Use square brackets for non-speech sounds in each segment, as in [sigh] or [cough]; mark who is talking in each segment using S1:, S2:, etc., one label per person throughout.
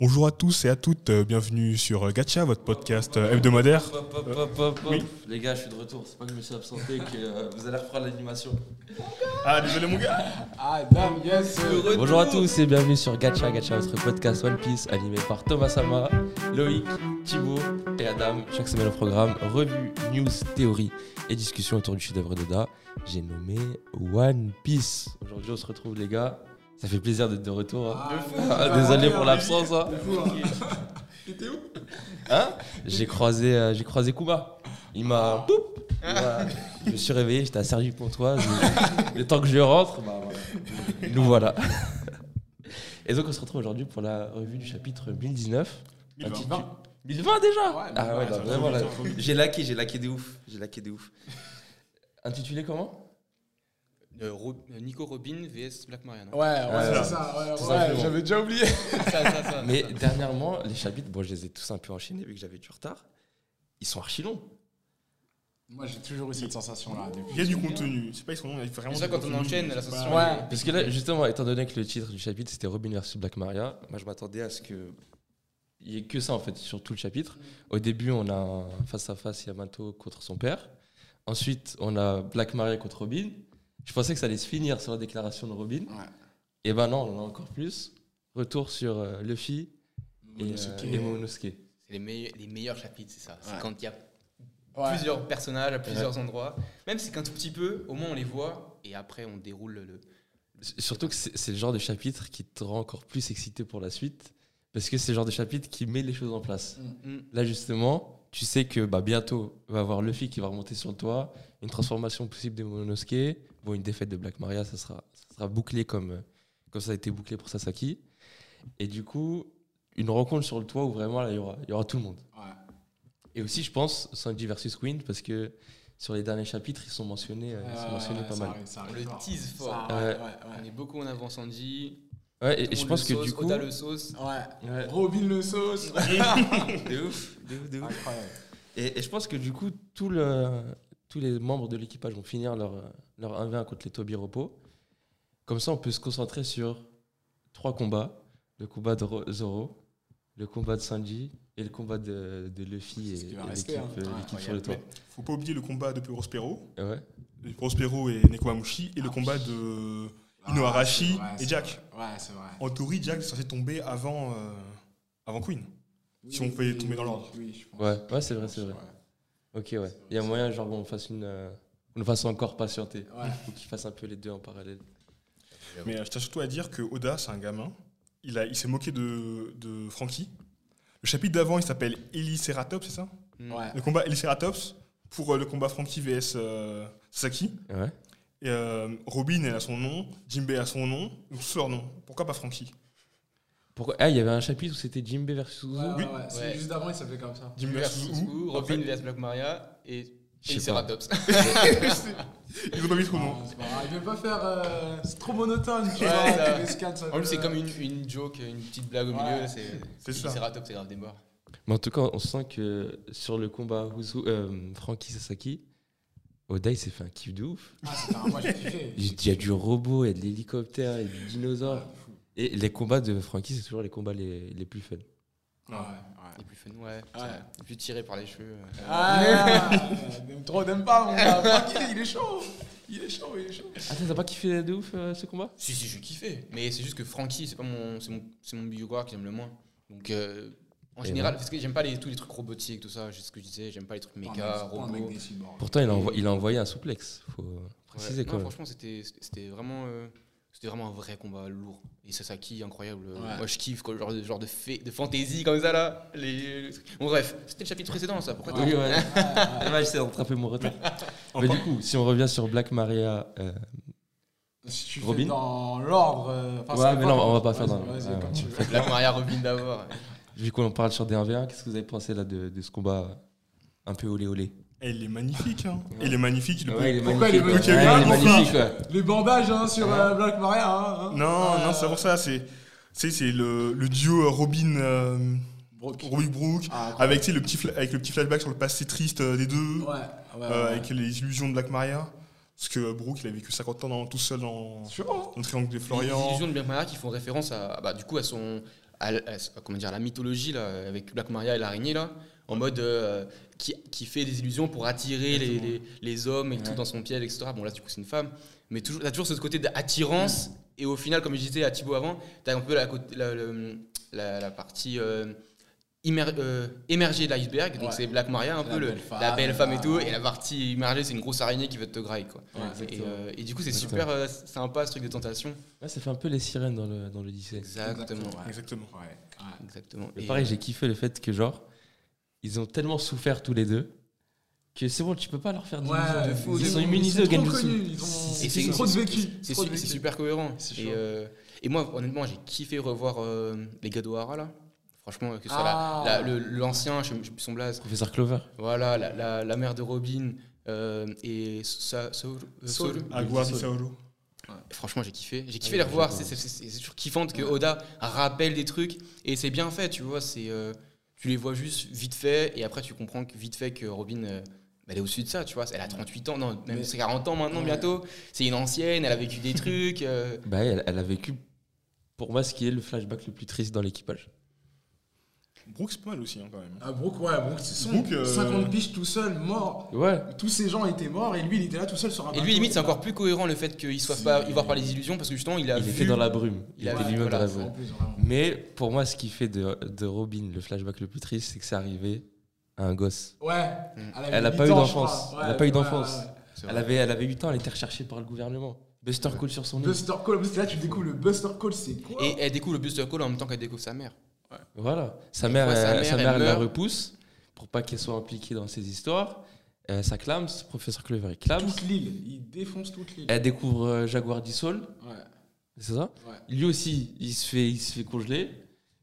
S1: Bonjour à tous et à toutes, euh, bienvenue sur euh, Gacha, votre podcast euh, hebdomadaire.
S2: Hop, hop, hop, hop, hop.
S1: Oui.
S2: Les gars, je suis de retour. C'est pas que je me suis absenté, que euh, vous allez reprendre l'animation.
S1: Ah, désolé mon gars
S3: Ah, damn, yes
S2: Bonjour à tous et bienvenue sur Gacha Gacha, votre podcast One Piece animé par Thomas Sama, Loïc, Thibaut et Adam. Chaque semaine au programme, revue, news, théorie et discussion autour du chef-d'œuvre d'Oda. J'ai nommé One Piece. Aujourd'hui, on se retrouve, les gars. Ça fait plaisir d'être de retour. hein. Ah, désolé pour l'absence. hein.
S3: [laughs] T'étais où
S2: J'ai croisé, euh, j'ai croisé Kuma. Il m'a. Boum Il m'a- Je me suis réveillé, j'étais à sergi pontoise Le temps que je [laughs] rentre, bah, voilà. nous voilà. [laughs] Et donc, on se retrouve aujourd'hui pour la revue du chapitre 1019.
S3: 1020.
S2: 1020 déjà
S3: Ouais,
S2: Ah ouais,
S3: ouais,
S2: non,
S3: ça
S2: vraiment, là,
S4: J'ai laqué, j'ai laqué des ouf. J'ai laqué des ouf.
S2: Intitulé comment
S4: Euh, Ro- euh, Nico Robin vs Black Mariana.
S3: Ouais, ouais,
S1: voilà.
S3: c'est ça, ouais,
S2: Tout
S3: ouais,
S2: simplement.
S3: j'avais déjà oublié.
S4: ça, ça, ça.
S2: Mais dernièrement, les chapitres, bon, je les ai tous un peu enchaînés vu que j'avais du retard. Ils sont archi longs.
S3: Moi, j'ai toujours eu cette sensation-là.
S1: Il y a du contenu, c'est pas ils sont longs, il y a vraiment
S4: Déjà,
S1: du
S4: quand on
S1: contenu.
S4: enchaîne, la
S1: C'est
S4: sensation,
S1: pas-
S3: Ouais.
S2: Parce que là, justement, étant donné que le titre du chapitre c'était Robin versus Black Maria, moi je m'attendais à ce que il y ait que ça en fait sur tout le chapitre. Au début, on a un face à face Yamato contre son père. Ensuite, on a Black Maria contre Robin. Je pensais que ça allait se finir sur la déclaration de Robin.
S3: Ouais.
S2: Et ben non, on en a encore plus. Retour sur euh, Luffy et, euh,
S3: Momonosuke.
S2: et Momonosuke.
S4: C'est les, meilleurs- les meilleurs chapitres, c'est ça. C'est
S3: Ouais.
S4: quand il y a
S3: Ouais.
S4: plusieurs personnages à plusieurs endroits. Même si c'est qu'un tout petit peu, au moins on les voit et après on déroule le.
S2: S- Surtout que c'est c'est le genre de chapitre qui te rend encore plus excité pour la suite, parce que c'est le genre de chapitre qui met les choses en place.
S3: Mm.
S4: Mm.
S2: Là, justement, tu sais que bah, bientôt, il va y avoir Luffy qui va remonter sur le toit, une transformation possible de Mononosuke, bon, une défaite de Black Maria, ça sera, ça sera bouclé comme, euh, comme ça a été bouclé pour Sasaki. Et du coup, une rencontre sur le toit où vraiment, là, il y aura, il y aura tout le monde.
S3: Ouais.
S2: Et aussi, je pense, Sanji versus Queen, parce que sur les derniers chapitres, ils sont mentionnés, euh, ils
S4: Ah,
S2: sont
S3: Ouais,
S2: mentionnés
S3: ouais,
S2: pas
S3: ça
S2: mal.
S3: arrive, ça arrive
S4: Le
S3: fort.
S4: tease
S3: Ça,
S4: fort.
S3: Ouais,
S2: Ouais.
S3: ouais,
S4: On
S3: ouais.
S4: est beaucoup en avance, Sandy.
S2: Ouais,
S4: Tout
S2: et, et
S4: le
S2: je
S4: monde
S2: pense
S4: le
S2: que
S4: sauce,
S2: du coup.
S4: Oda le sauce.
S3: Ouais.
S4: [laughs]
S2: Ouais.
S3: Robin le sauce.
S4: De ouf, de ouf, de ouf.
S3: Incroyable.
S2: Et, et je pense que du coup, tout le- tous les membres de l'équipage vont finir leur, leur 1v1 contre les Toby Repos. Comme ça, on peut se concentrer sur trois combats. Le combat de Ro- Zoro, le combat de Sanji et le combat de, de Luffy
S3: C'est
S2: et,
S3: ce qui va
S2: et
S3: rester,
S2: l'équipe
S3: hein.
S2: euh,
S3: Ouais,
S2: l'équipe sur le toit.
S1: Faut pas oublier le combat de Prospero,
S2: Et ouais.
S1: de Prospero et Nekomamushi, et le combat de euh,
S3: Ah,
S1: Inoharashi
S3: c'est vrai,
S1: et
S3: c'est
S1: Jack.
S3: vrai. Ouais, c'est vrai.
S1: En théorie, Jack est censé tomber avant, euh, avant Queen. Si on peut y tomber dans l'ordre.
S3: Oui, je pense.
S2: Ouais, ouais, c'est vrai, c'est
S3: Ouais.
S2: vrai. Ok, ouais. Il y a moyen, genre, qu'on fasse une. euh, qu'on nous fasse encore patienter.
S3: Ouais.
S2: Ou qu'ils fassent un peu les deux en parallèle.
S1: Mais euh, je tiens surtout à dire que Oda, c'est un gamin. Il, a- il s'est moqué de, de Frankie. Le chapitre d'avant, il s'appelle Eliceratops, c'est ça
S4: Mm.
S3: Ouais.
S1: Le combat Eliceratops pour euh, le combat Frankie vs euh, Sasaki.
S2: Ouais.
S1: Et, euh, Robin, elle a son nom, Jimbe a son nom, donc tous leurs noms. Pourquoi pas Frankie
S2: Pourquoi Ah, il y avait un chapitre où c'était Jimbe versus Suzu.
S3: Ouais,
S1: Oui.
S3: ouais, ouais. C'est
S4: Ouais.
S3: juste avant, il s'appelait comme ça.
S1: Jimbe
S4: Vers
S1: versus
S4: Suzu,
S1: Ou.
S4: Robin
S1: Après,
S4: vs Black Maria et.
S2: Je
S4: et
S2: sais pas. [laughs]
S4: Ceratops.
S1: Ils ont pas mis trop de nom.
S3: Non, c'est pas grave. Il veut pas faire. euh, C'est trop monotone, tu
S4: Ouais,
S3: vois.
S4: ça-
S3: les escales, ça
S4: En plus, c'est
S3: veut-
S4: comme une, une joke, une petite blague au
S3: Ouais.
S4: milieu. C'est
S1: C'est ça.
S4: Ceratops, c'est grave des morts.
S2: Mais en tout cas, on sent que sur le combat Huzu, euh, Frankie Sasaki, Oda il s'est fait un kiff de ouf.
S3: Ah, c'était un- moi, j'ai kiffé.
S2: Il y a du robot, il y a de l'hélicoptère, il y a du dinosaure. Et les combats de Frankie, c'est toujours les combats les, les plus fun.
S3: Ouais, ouais.
S4: Les plus fun, ouais.
S3: Ouais.
S4: Les plus tirés par les cheveux. euh.
S3: Ah, n'aime [laughs] trop, n'aime pas, mon gars. Francky, il est chaud. Il est chaud, il est chaud.
S2: Attends, Ah, t'as pas kiffé de ouf euh, ce combat
S4: Si, si, je kiffé. Mais c'est juste que Frankie, c'est pas mon, c'est mon, c'est mon biographie que j'aime le moins. Donc, euh, en
S2: Et
S4: général, parce que j'aime pas les, tous les trucs robotiques, tout ça, c'est ce que je disais, j'aime pas les trucs méca,
S3: Oh, mec, c'est pas un mec
S4: robots.
S1: [laughs]
S3: déçu, bon.
S2: Pourtant, il a, envo- il a envoyé un souplex, faut préciser
S4: Ouais.
S2: quand
S4: Non,
S2: même.
S4: franchement, c'était c'était vraiment, euh, c'était vraiment un vrai combat lourd. Et Sasaki, incroyable.
S3: Ouais.
S4: Moi, je kiffe, quoi, le genre, de- genre de, fée- de fantaisie comme ça, là. Les... Bon, bref, c'était le chapitre précédent, ça. Pourquoi
S2: Ah, Oui, [laughs]
S4: t'as-
S2: ouais.
S3: Ouais,
S2: Ouais, j'essaie d'attraper mon retard.
S1: En
S2: Mais
S1: par-
S2: du coup, si on revient sur Black Maria, euh,
S3: ouais. Si tu
S2: Robin
S3: fais dans l'ordre. euh, enfin,
S2: Ouais,
S3: ça va
S2: mais non, on va pas faire
S3: Vas-y,
S2: dans-
S3: Vas-y,
S2: ouais,
S3: comme
S2: ouais.
S3: tu veux.
S4: Black Maria Robin d'abord.
S2: vu qu'on parle sur des 1v1, qu'est-ce que vous avez pensé là de, de ce combat euh, un peu olé olé
S1: Elle est magnifique. Hein. Elle est magnifique. il le peut-
S3: Pourquoi il est
S1: magnifique,
S2: Ouais, il est
S1: ouais.
S2: magnifique, ouais.
S3: Les bandages hein, sur
S2: Ouais.
S3: euh, Black Maria. Hein, hein.
S1: Non,
S3: Ouais.
S1: non, c'est pour ça. C'est tu sais, c'est le, le duo euh, Robin, euh,
S3: Brooke.
S1: Robin Brook,
S3: Ah,
S1: avec, tu sais, le petit fla- avec le petit flashback sur le passé triste euh, des deux,
S3: Ouais, ouais, ouais.
S1: euh,
S3: ouais.
S1: avec les illusions de Black Maria. Parce que euh, Brook, il a vécu 50 ans dans- tout seul dans,
S3: C'est chaud, hein.
S1: dans le triangle des
S4: Les
S1: Florian.
S4: illusions de Black Maria qui font référence à, bah, du coup, à son, à, l- à s- comment dire, à la mythologie, là, avec Black Maria et l'araignée, là, en mode euh, qui, qui fait des illusions pour attirer les, les, les hommes et tout
S3: Ouais.
S4: dans son piège, etc. Bon, là, du coup, c'est une femme. Mais toujours, t'as toujours ce côté d'attirance.
S3: Mm.
S4: Et au final, comme je disais à Thibaut avant, t'as un peu la, côté- la, le- la, la partie euh, immer- euh, émergée de l'iceberg. Donc,
S3: Ouais.
S4: c'est Black Maria,
S3: La
S4: un peu le-
S3: belle femme,
S4: la belle femme et
S3: là.
S4: tout. Et la partie émergée, c'est une grosse araignée qui veut te grailler, quoi.
S3: Ouais,
S4: Et,
S3: exactement.
S4: euh, et du coup, c'est
S2: Exactement.
S4: super euh, sympa ce truc de tentation.
S2: Ouais, ça fait un peu les sirènes dans le, dans le lycée.
S4: Exactement.
S1: Exactement.
S3: Ouais. ouais.
S4: Exactement.
S2: Mais
S4: Et, euh,
S2: pareil, j'ai kiffé le fait que, genre, ils ont tellement souffert tous les deux que c'est bon, tu peux pas leur faire des
S3: Ouais,
S2: illusions.
S3: de fou,
S2: Ils
S3: de
S2: sont
S3: fou.
S2: immunisés au
S3: Ils sont
S2: game
S3: trop
S2: du
S3: connus, ils ont-
S2: C'est-
S4: Et
S2: c'est-
S4: c'est
S3: trop de vécu.
S4: C'est
S3: trop de
S4: su- c'est
S3: vécu.
S4: super cohérent.
S3: C'est
S4: Et,
S3: chaud.
S4: euh, et moi, honnêtement, j'ai kiffé revoir euh, les gars d'Ohara, là. Franchement, que ce soit
S3: Ah.
S4: la- la- le- l'ancien, je je sais plus son blaze,
S2: Professeur Clover.
S4: voilà, la, la- la mère de Robin euh, et Sa- Saul- euh,
S3: Saul.
S4: Saul.
S1: Aguar Saolo.
S4: Franchement, j'ai kiffé. J'ai kiffé
S2: Ah oui,
S4: les revoir.
S2: j'adore.
S4: C'est c'est- c'est- c'est toujours kiffant que Oda rappelle des trucs. Et c'est bien fait, tu vois. c'est euh, tu les vois juste vite fait. Et après, tu comprends que, vite fait que Robin, euh, bah, elle est au-dessus de ça, tu vois. Elle a 38 ans, non, même
S3: Mais-
S4: c'est 40 ans maintenant,
S3: Ouais.
S4: bientôt. C'est une ancienne, elle a vécu des
S2: [laughs]
S4: trucs. euh,
S2: Bah, elle, elle a vécu, pour moi, ce qui est le flashback le plus triste dans l'équipage.
S1: Brooks, c'est pas mal aussi, hein, quand même.
S3: Ah, Brooke, ouais, Brooke, c'est son.
S1: Brooke, euh,
S3: 50 biches tout seul, mort.
S2: Ouais.
S3: Tous ces gens étaient morts et lui, il était là tout seul
S2: Ah,
S3: sur un
S4: Et
S2: bah
S3: bateau.
S4: lui, limite, c'est encore plus cohérent le fait qu'il soit pas voir par les illusions parce que justement, il a
S2: Il
S4: vu.
S2: était dans la brume. Il
S4: Il a
S2: était
S4: vu,
S2: lui-même dans
S4: voilà,
S2: la
S4: c'est
S2: brume.
S3: En plus, vraiment.
S2: Mais pour moi, ce qui fait de, de Robin le flashback le plus triste, c'est que c'est arrivé à un gosse.
S3: Ouais.
S4: Mm.
S3: Elle, avait
S2: Elle a
S3: 8
S2: pas eu
S3: ans, je
S2: d'enfance.
S3: crois.
S2: Elle a
S3: Ouais,
S2: pas eu
S3: ouais,
S2: d'enfance.
S3: ouais, ouais.
S4: C'est
S2: Elle
S4: vrai.
S2: avait, elle avait 8 ans, elle était recherchée par le gouvernement. Buster cool sur son île.
S3: Buster Call, parce que là tu découvres le Buster Call, c'est quoi
S4: Et elle découvre le buste de Cole en même temps qu'elle découvre sa mère.
S2: Voilà. Sa mère,
S4: fois, sa
S2: elle-
S4: mère,
S2: sa
S4: elle
S2: mère, elle la
S4: meurt.
S2: repousse pour pas qu'elle soit impliquée dans ces histoires. Euh, ça clame, ce professeur Clover, il clame.
S3: Toute l'île, il défonce toute l'île.
S2: Elle découvre euh, Jaguar Dissolve,
S3: Ouais,
S2: c'est ça
S3: ouais.
S2: Lui aussi, il se fait, il se fait congeler.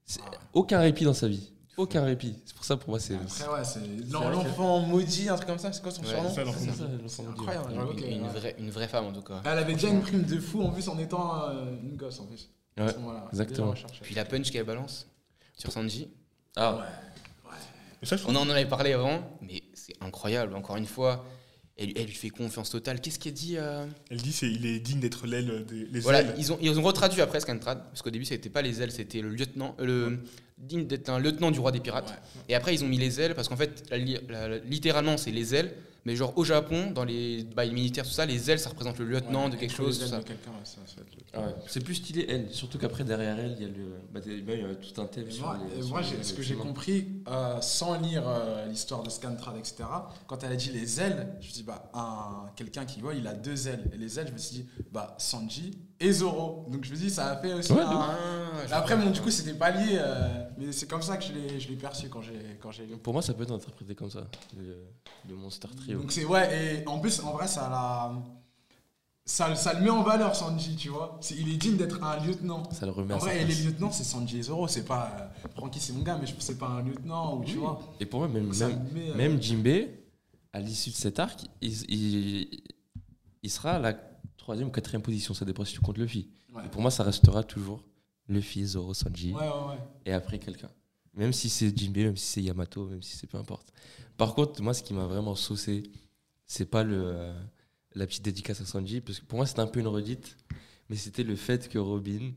S2: C'est- Aucun répit dans sa vie. Aucun répit. C'est pour ça, pour moi, c'est.
S3: Après, ouais, c'est
S2: vrai
S3: l'en- l'enfant maudit, un truc comme ça, Ah c'est quoi son
S4: Ouais,
S3: surnom
S1: Ça, alors,
S2: C'est ça, l'enfant
S3: C'est
S2: maudit,
S3: incroyable,
S2: ouais.
S3: j'avoue
S4: Une,
S3: que-
S4: une
S3: ouais.
S4: vraie, une vraie femme en tout cas.
S3: Elle avait déjà une prime de fou en plus en étant euh, une gosse en plus. À
S2: Ouais,
S3: ce moment-là,
S2: exactement.
S3: déjà recherchée.
S4: Puis la punch qu'elle balance sur Sanji.
S2: Ah,
S1: Mais ça, je trouve
S4: On en avait parlé avant, mais c'est incroyable. Encore une fois, elle, elle lui fait confiance totale. Qu'est-ce qu'elle dit euh,
S1: Elle dit c'est il est digne d'être l'aile des les
S4: Voilà,
S1: ailes.
S4: ils ont, ils ont retraduit après Scantrad, parce qu'au début, c'était pas les ailes, c'était le lieutenant, euh, le digne d'être un lieutenant du roi des pirates. Et après, ils ont mis les ailes, parce qu'en fait, la li- la- la- littéralement, c'est les ailes, mais genre au Japon, dans les bails militaires, tout ça, les ailes, ça représente le lieutenant
S3: Ouais,
S4: de quelque
S3: être
S4: chose,
S3: les
S4: tout
S3: ailes
S4: ça. Ah,
S3: de quelqu'un, ouais, ça, ça va être le-
S2: ah Ouais, C'est plus stylé, elle. Surtout qu'après, derrière elle, il y a le. Bah, il y a tout un thème.
S3: Mais
S2: sur
S3: Moi,
S2: les-
S3: euh,
S2: sur
S3: moi,
S2: les-
S3: j'ai-
S2: les
S3: ce que j'ai
S2: humains.
S3: compris, euh, sans lire euh, l'histoire de Scantrad, etc., quand elle a dit les ailes, je me suis dit, bah, un- quelqu'un qui vole, il a deux ailes. Et les ailes, je me suis dit, bah, Sanji et Zoro. Donc je me suis dit, ça a fait aussi
S2: Ouais, de
S3: un-
S4: Ah, je-
S3: Mais Après, bon, du coup, c'était pas lié, euh, mais c'est comme ça que je l'ai, je l'ai perçu quand j'ai, quand j'ai lu.
S2: Pour moi, ça peut être interprété comme ça, le, le Monster Trio.
S3: Donc c'est ouais, et en plus, en vrai, ça la, ça, le- ça le met en valeur Sanji, tu vois. C'est- il est digne d'être un lieutenant.
S2: Ça le remet
S3: En
S2: à sa
S3: vrai, et les
S2: place.
S3: lieutenants, c'est Sanji et Zoro, c'est pas euh, Frankie, c'est mon gars, mais je c'est pas un lieutenant ou tu vois.
S2: Et pour moi, même,
S3: Donc ça
S2: même,
S3: le met, euh,
S2: même Jinbei, à l'issue de cet arc, il, il, il sera à la troisième ou quatrième position. Ça dépend si tu comptes Luffy.
S3: Ouais.
S2: Et pour moi, ça restera toujours Luffy, Zoro, Sanji,
S3: Ouais, ouais, ouais.
S2: et après quelqu'un. Même si c'est Jinbei, même si c'est Yamato, même si c'est peu importe. Par contre, moi, ce qui m'a vraiment saucé, c'est pas le, euh, la petite dédicace à Sanji, parce que pour moi, c'était un peu une redite, mais c'était le fait que Robin,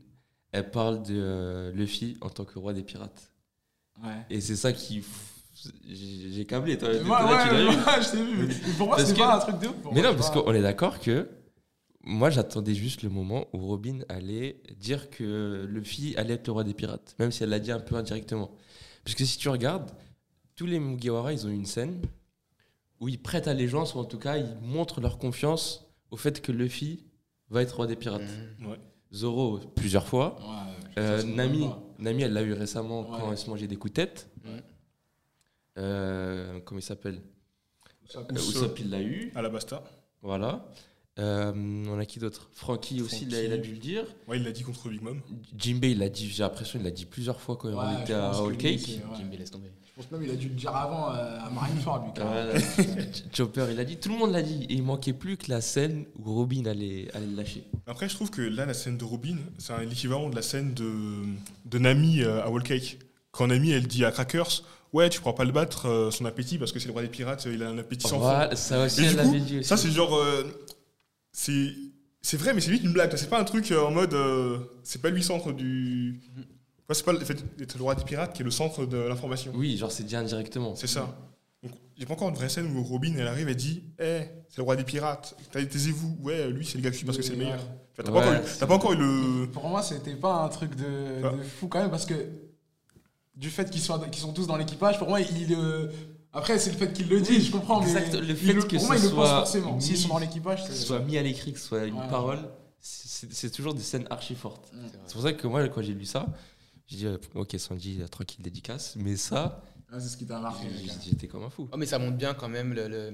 S2: elle parle de euh, Luffy en tant que roi des pirates.
S3: Ouais.
S2: Et c'est ça qui. pff, J'ai j'ai câblé, toi.
S3: Ouais,
S2: t'es-
S3: ouais,
S2: là, tu l'as eu.
S3: ouais, [laughs] je t'ai vu. mais Pour moi,
S2: Parce
S3: c'est
S2: que-
S3: pas un truc de ouf. pour
S2: Mais
S3: moi,
S2: non,
S3: tu
S2: parce
S3: vois.
S2: qu'on est d'accord que moi j'attendais juste le moment où Robin allait dire que Luffy allait être le roi des pirates, même si elle l'a dit un peu indirectement. Parce que si tu regardes, tous les Mugiwara, ils ont une scène où ils prêtent allégeance, ou en tout cas ils montrent leur confiance au fait que Luffy va être roi des pirates.
S4: Mhm.
S2: Zoro, plusieurs fois.
S3: Ouais, je
S2: Euh,
S3: pense qu'on
S2: Nami,
S3: peut pas.
S2: Nami, elle l'a eu récemment
S3: Ouais.
S2: quand elle se mangeait des coups de tête.
S4: Ouais.
S2: Euh, comment il s'appelle
S3: Ça-
S2: Euh,
S1: Usopp.
S2: Usopp, il l'a eu.
S1: Alabasta.
S2: Voilà. Euh, on a qui d'autre Frankie aussi, il a, il a dû le dire.
S1: Ouais, il l'a dit contre Big Mom.
S2: Jimbei, il l'a dit, j'ai l'impression, il l'a dit plusieurs fois quand
S3: Ouais,
S2: on était
S3: je
S2: à
S3: pense que
S2: Whole
S3: lui,
S2: Cake.
S3: c'est- ouais.
S4: Jinbei, laisse tomber.
S3: Je pense même il a dû le dire avant euh, à Marineford, lui. carrément.
S2: Voilà.
S3: [laughs]
S2: Chopper, il l'a dit, tout le monde l'a dit. Et il manquait plus que la scène où Robin allait, allait le lâcher.
S1: Après, je trouve que là, la scène de Robin, c'est un- l'équivalent de la scène de, de Nami euh, à Wall Cake. Quand Nami, elle dit à Crackers Ouais, tu pourras pas le battre, euh, son appétit, parce que c'est le roi des pirates, euh, il a un appétit sans fin.
S2: Voilà, ça aussi,
S1: Et
S2: elle
S1: du
S2: l'avait dit
S1: coup,
S2: aussi.
S1: ça, c'est genre. euh, c'est
S2: Mm-hmm.
S1: c'est vrai, mais c'est vite une blague. C'est pas un truc euh, en mode. euh, c'est pas lui centre du. Ouais, c'est pas le, fait, le roi des pirates qui est le centre de l'information.
S2: Oui, genre c'est dit indirectement.
S1: C'est ça. Donc, j'ai pas encore une vraie scène où Robin, elle arrive et dit Hé, c'est le roi des pirates, T'as- taisez-vous. Ouais, lui, c'est le gars que je suis parce que c'est le meilleur. Tu vois, T'as pas
S2: Ouais,
S1: encore eu- t'as pas encore eu le.
S3: euh, Pour moi, c'était pas un truc de,
S1: Ah.
S3: de fou quand même, parce que du fait qu'ils soient- qu'ils sont tous dans l'équipage, pour moi, il. euh, après, c'est le fait qu'il le dit,
S2: Oui,
S3: je comprends,
S2: exact.
S3: mais
S2: Le
S3: il
S2: fait
S3: le-
S2: que
S3: pour
S2: ce
S3: moi, il le pense
S2: soit
S3: forcément.
S2: mis-
S3: S'ils sont dans l'équipage,
S2: Que
S3: c'est.
S2: ce soit mis à l'écrit, que ce soit une
S3: Ouais.
S2: parole, c'est c'est toujours des scènes archi fortes.
S3: Mm.
S2: C'est pour ça que moi, quand j'ai lu ça, j'ai dit euh, Ok, Sandy, euh, tranquille dédicace, mais ça,
S3: Ah, c'est ce qui t'a marqué. les gars.
S2: j'ai- j'étais comme un fou.
S4: Oh, mais ça montre bien quand même le- le-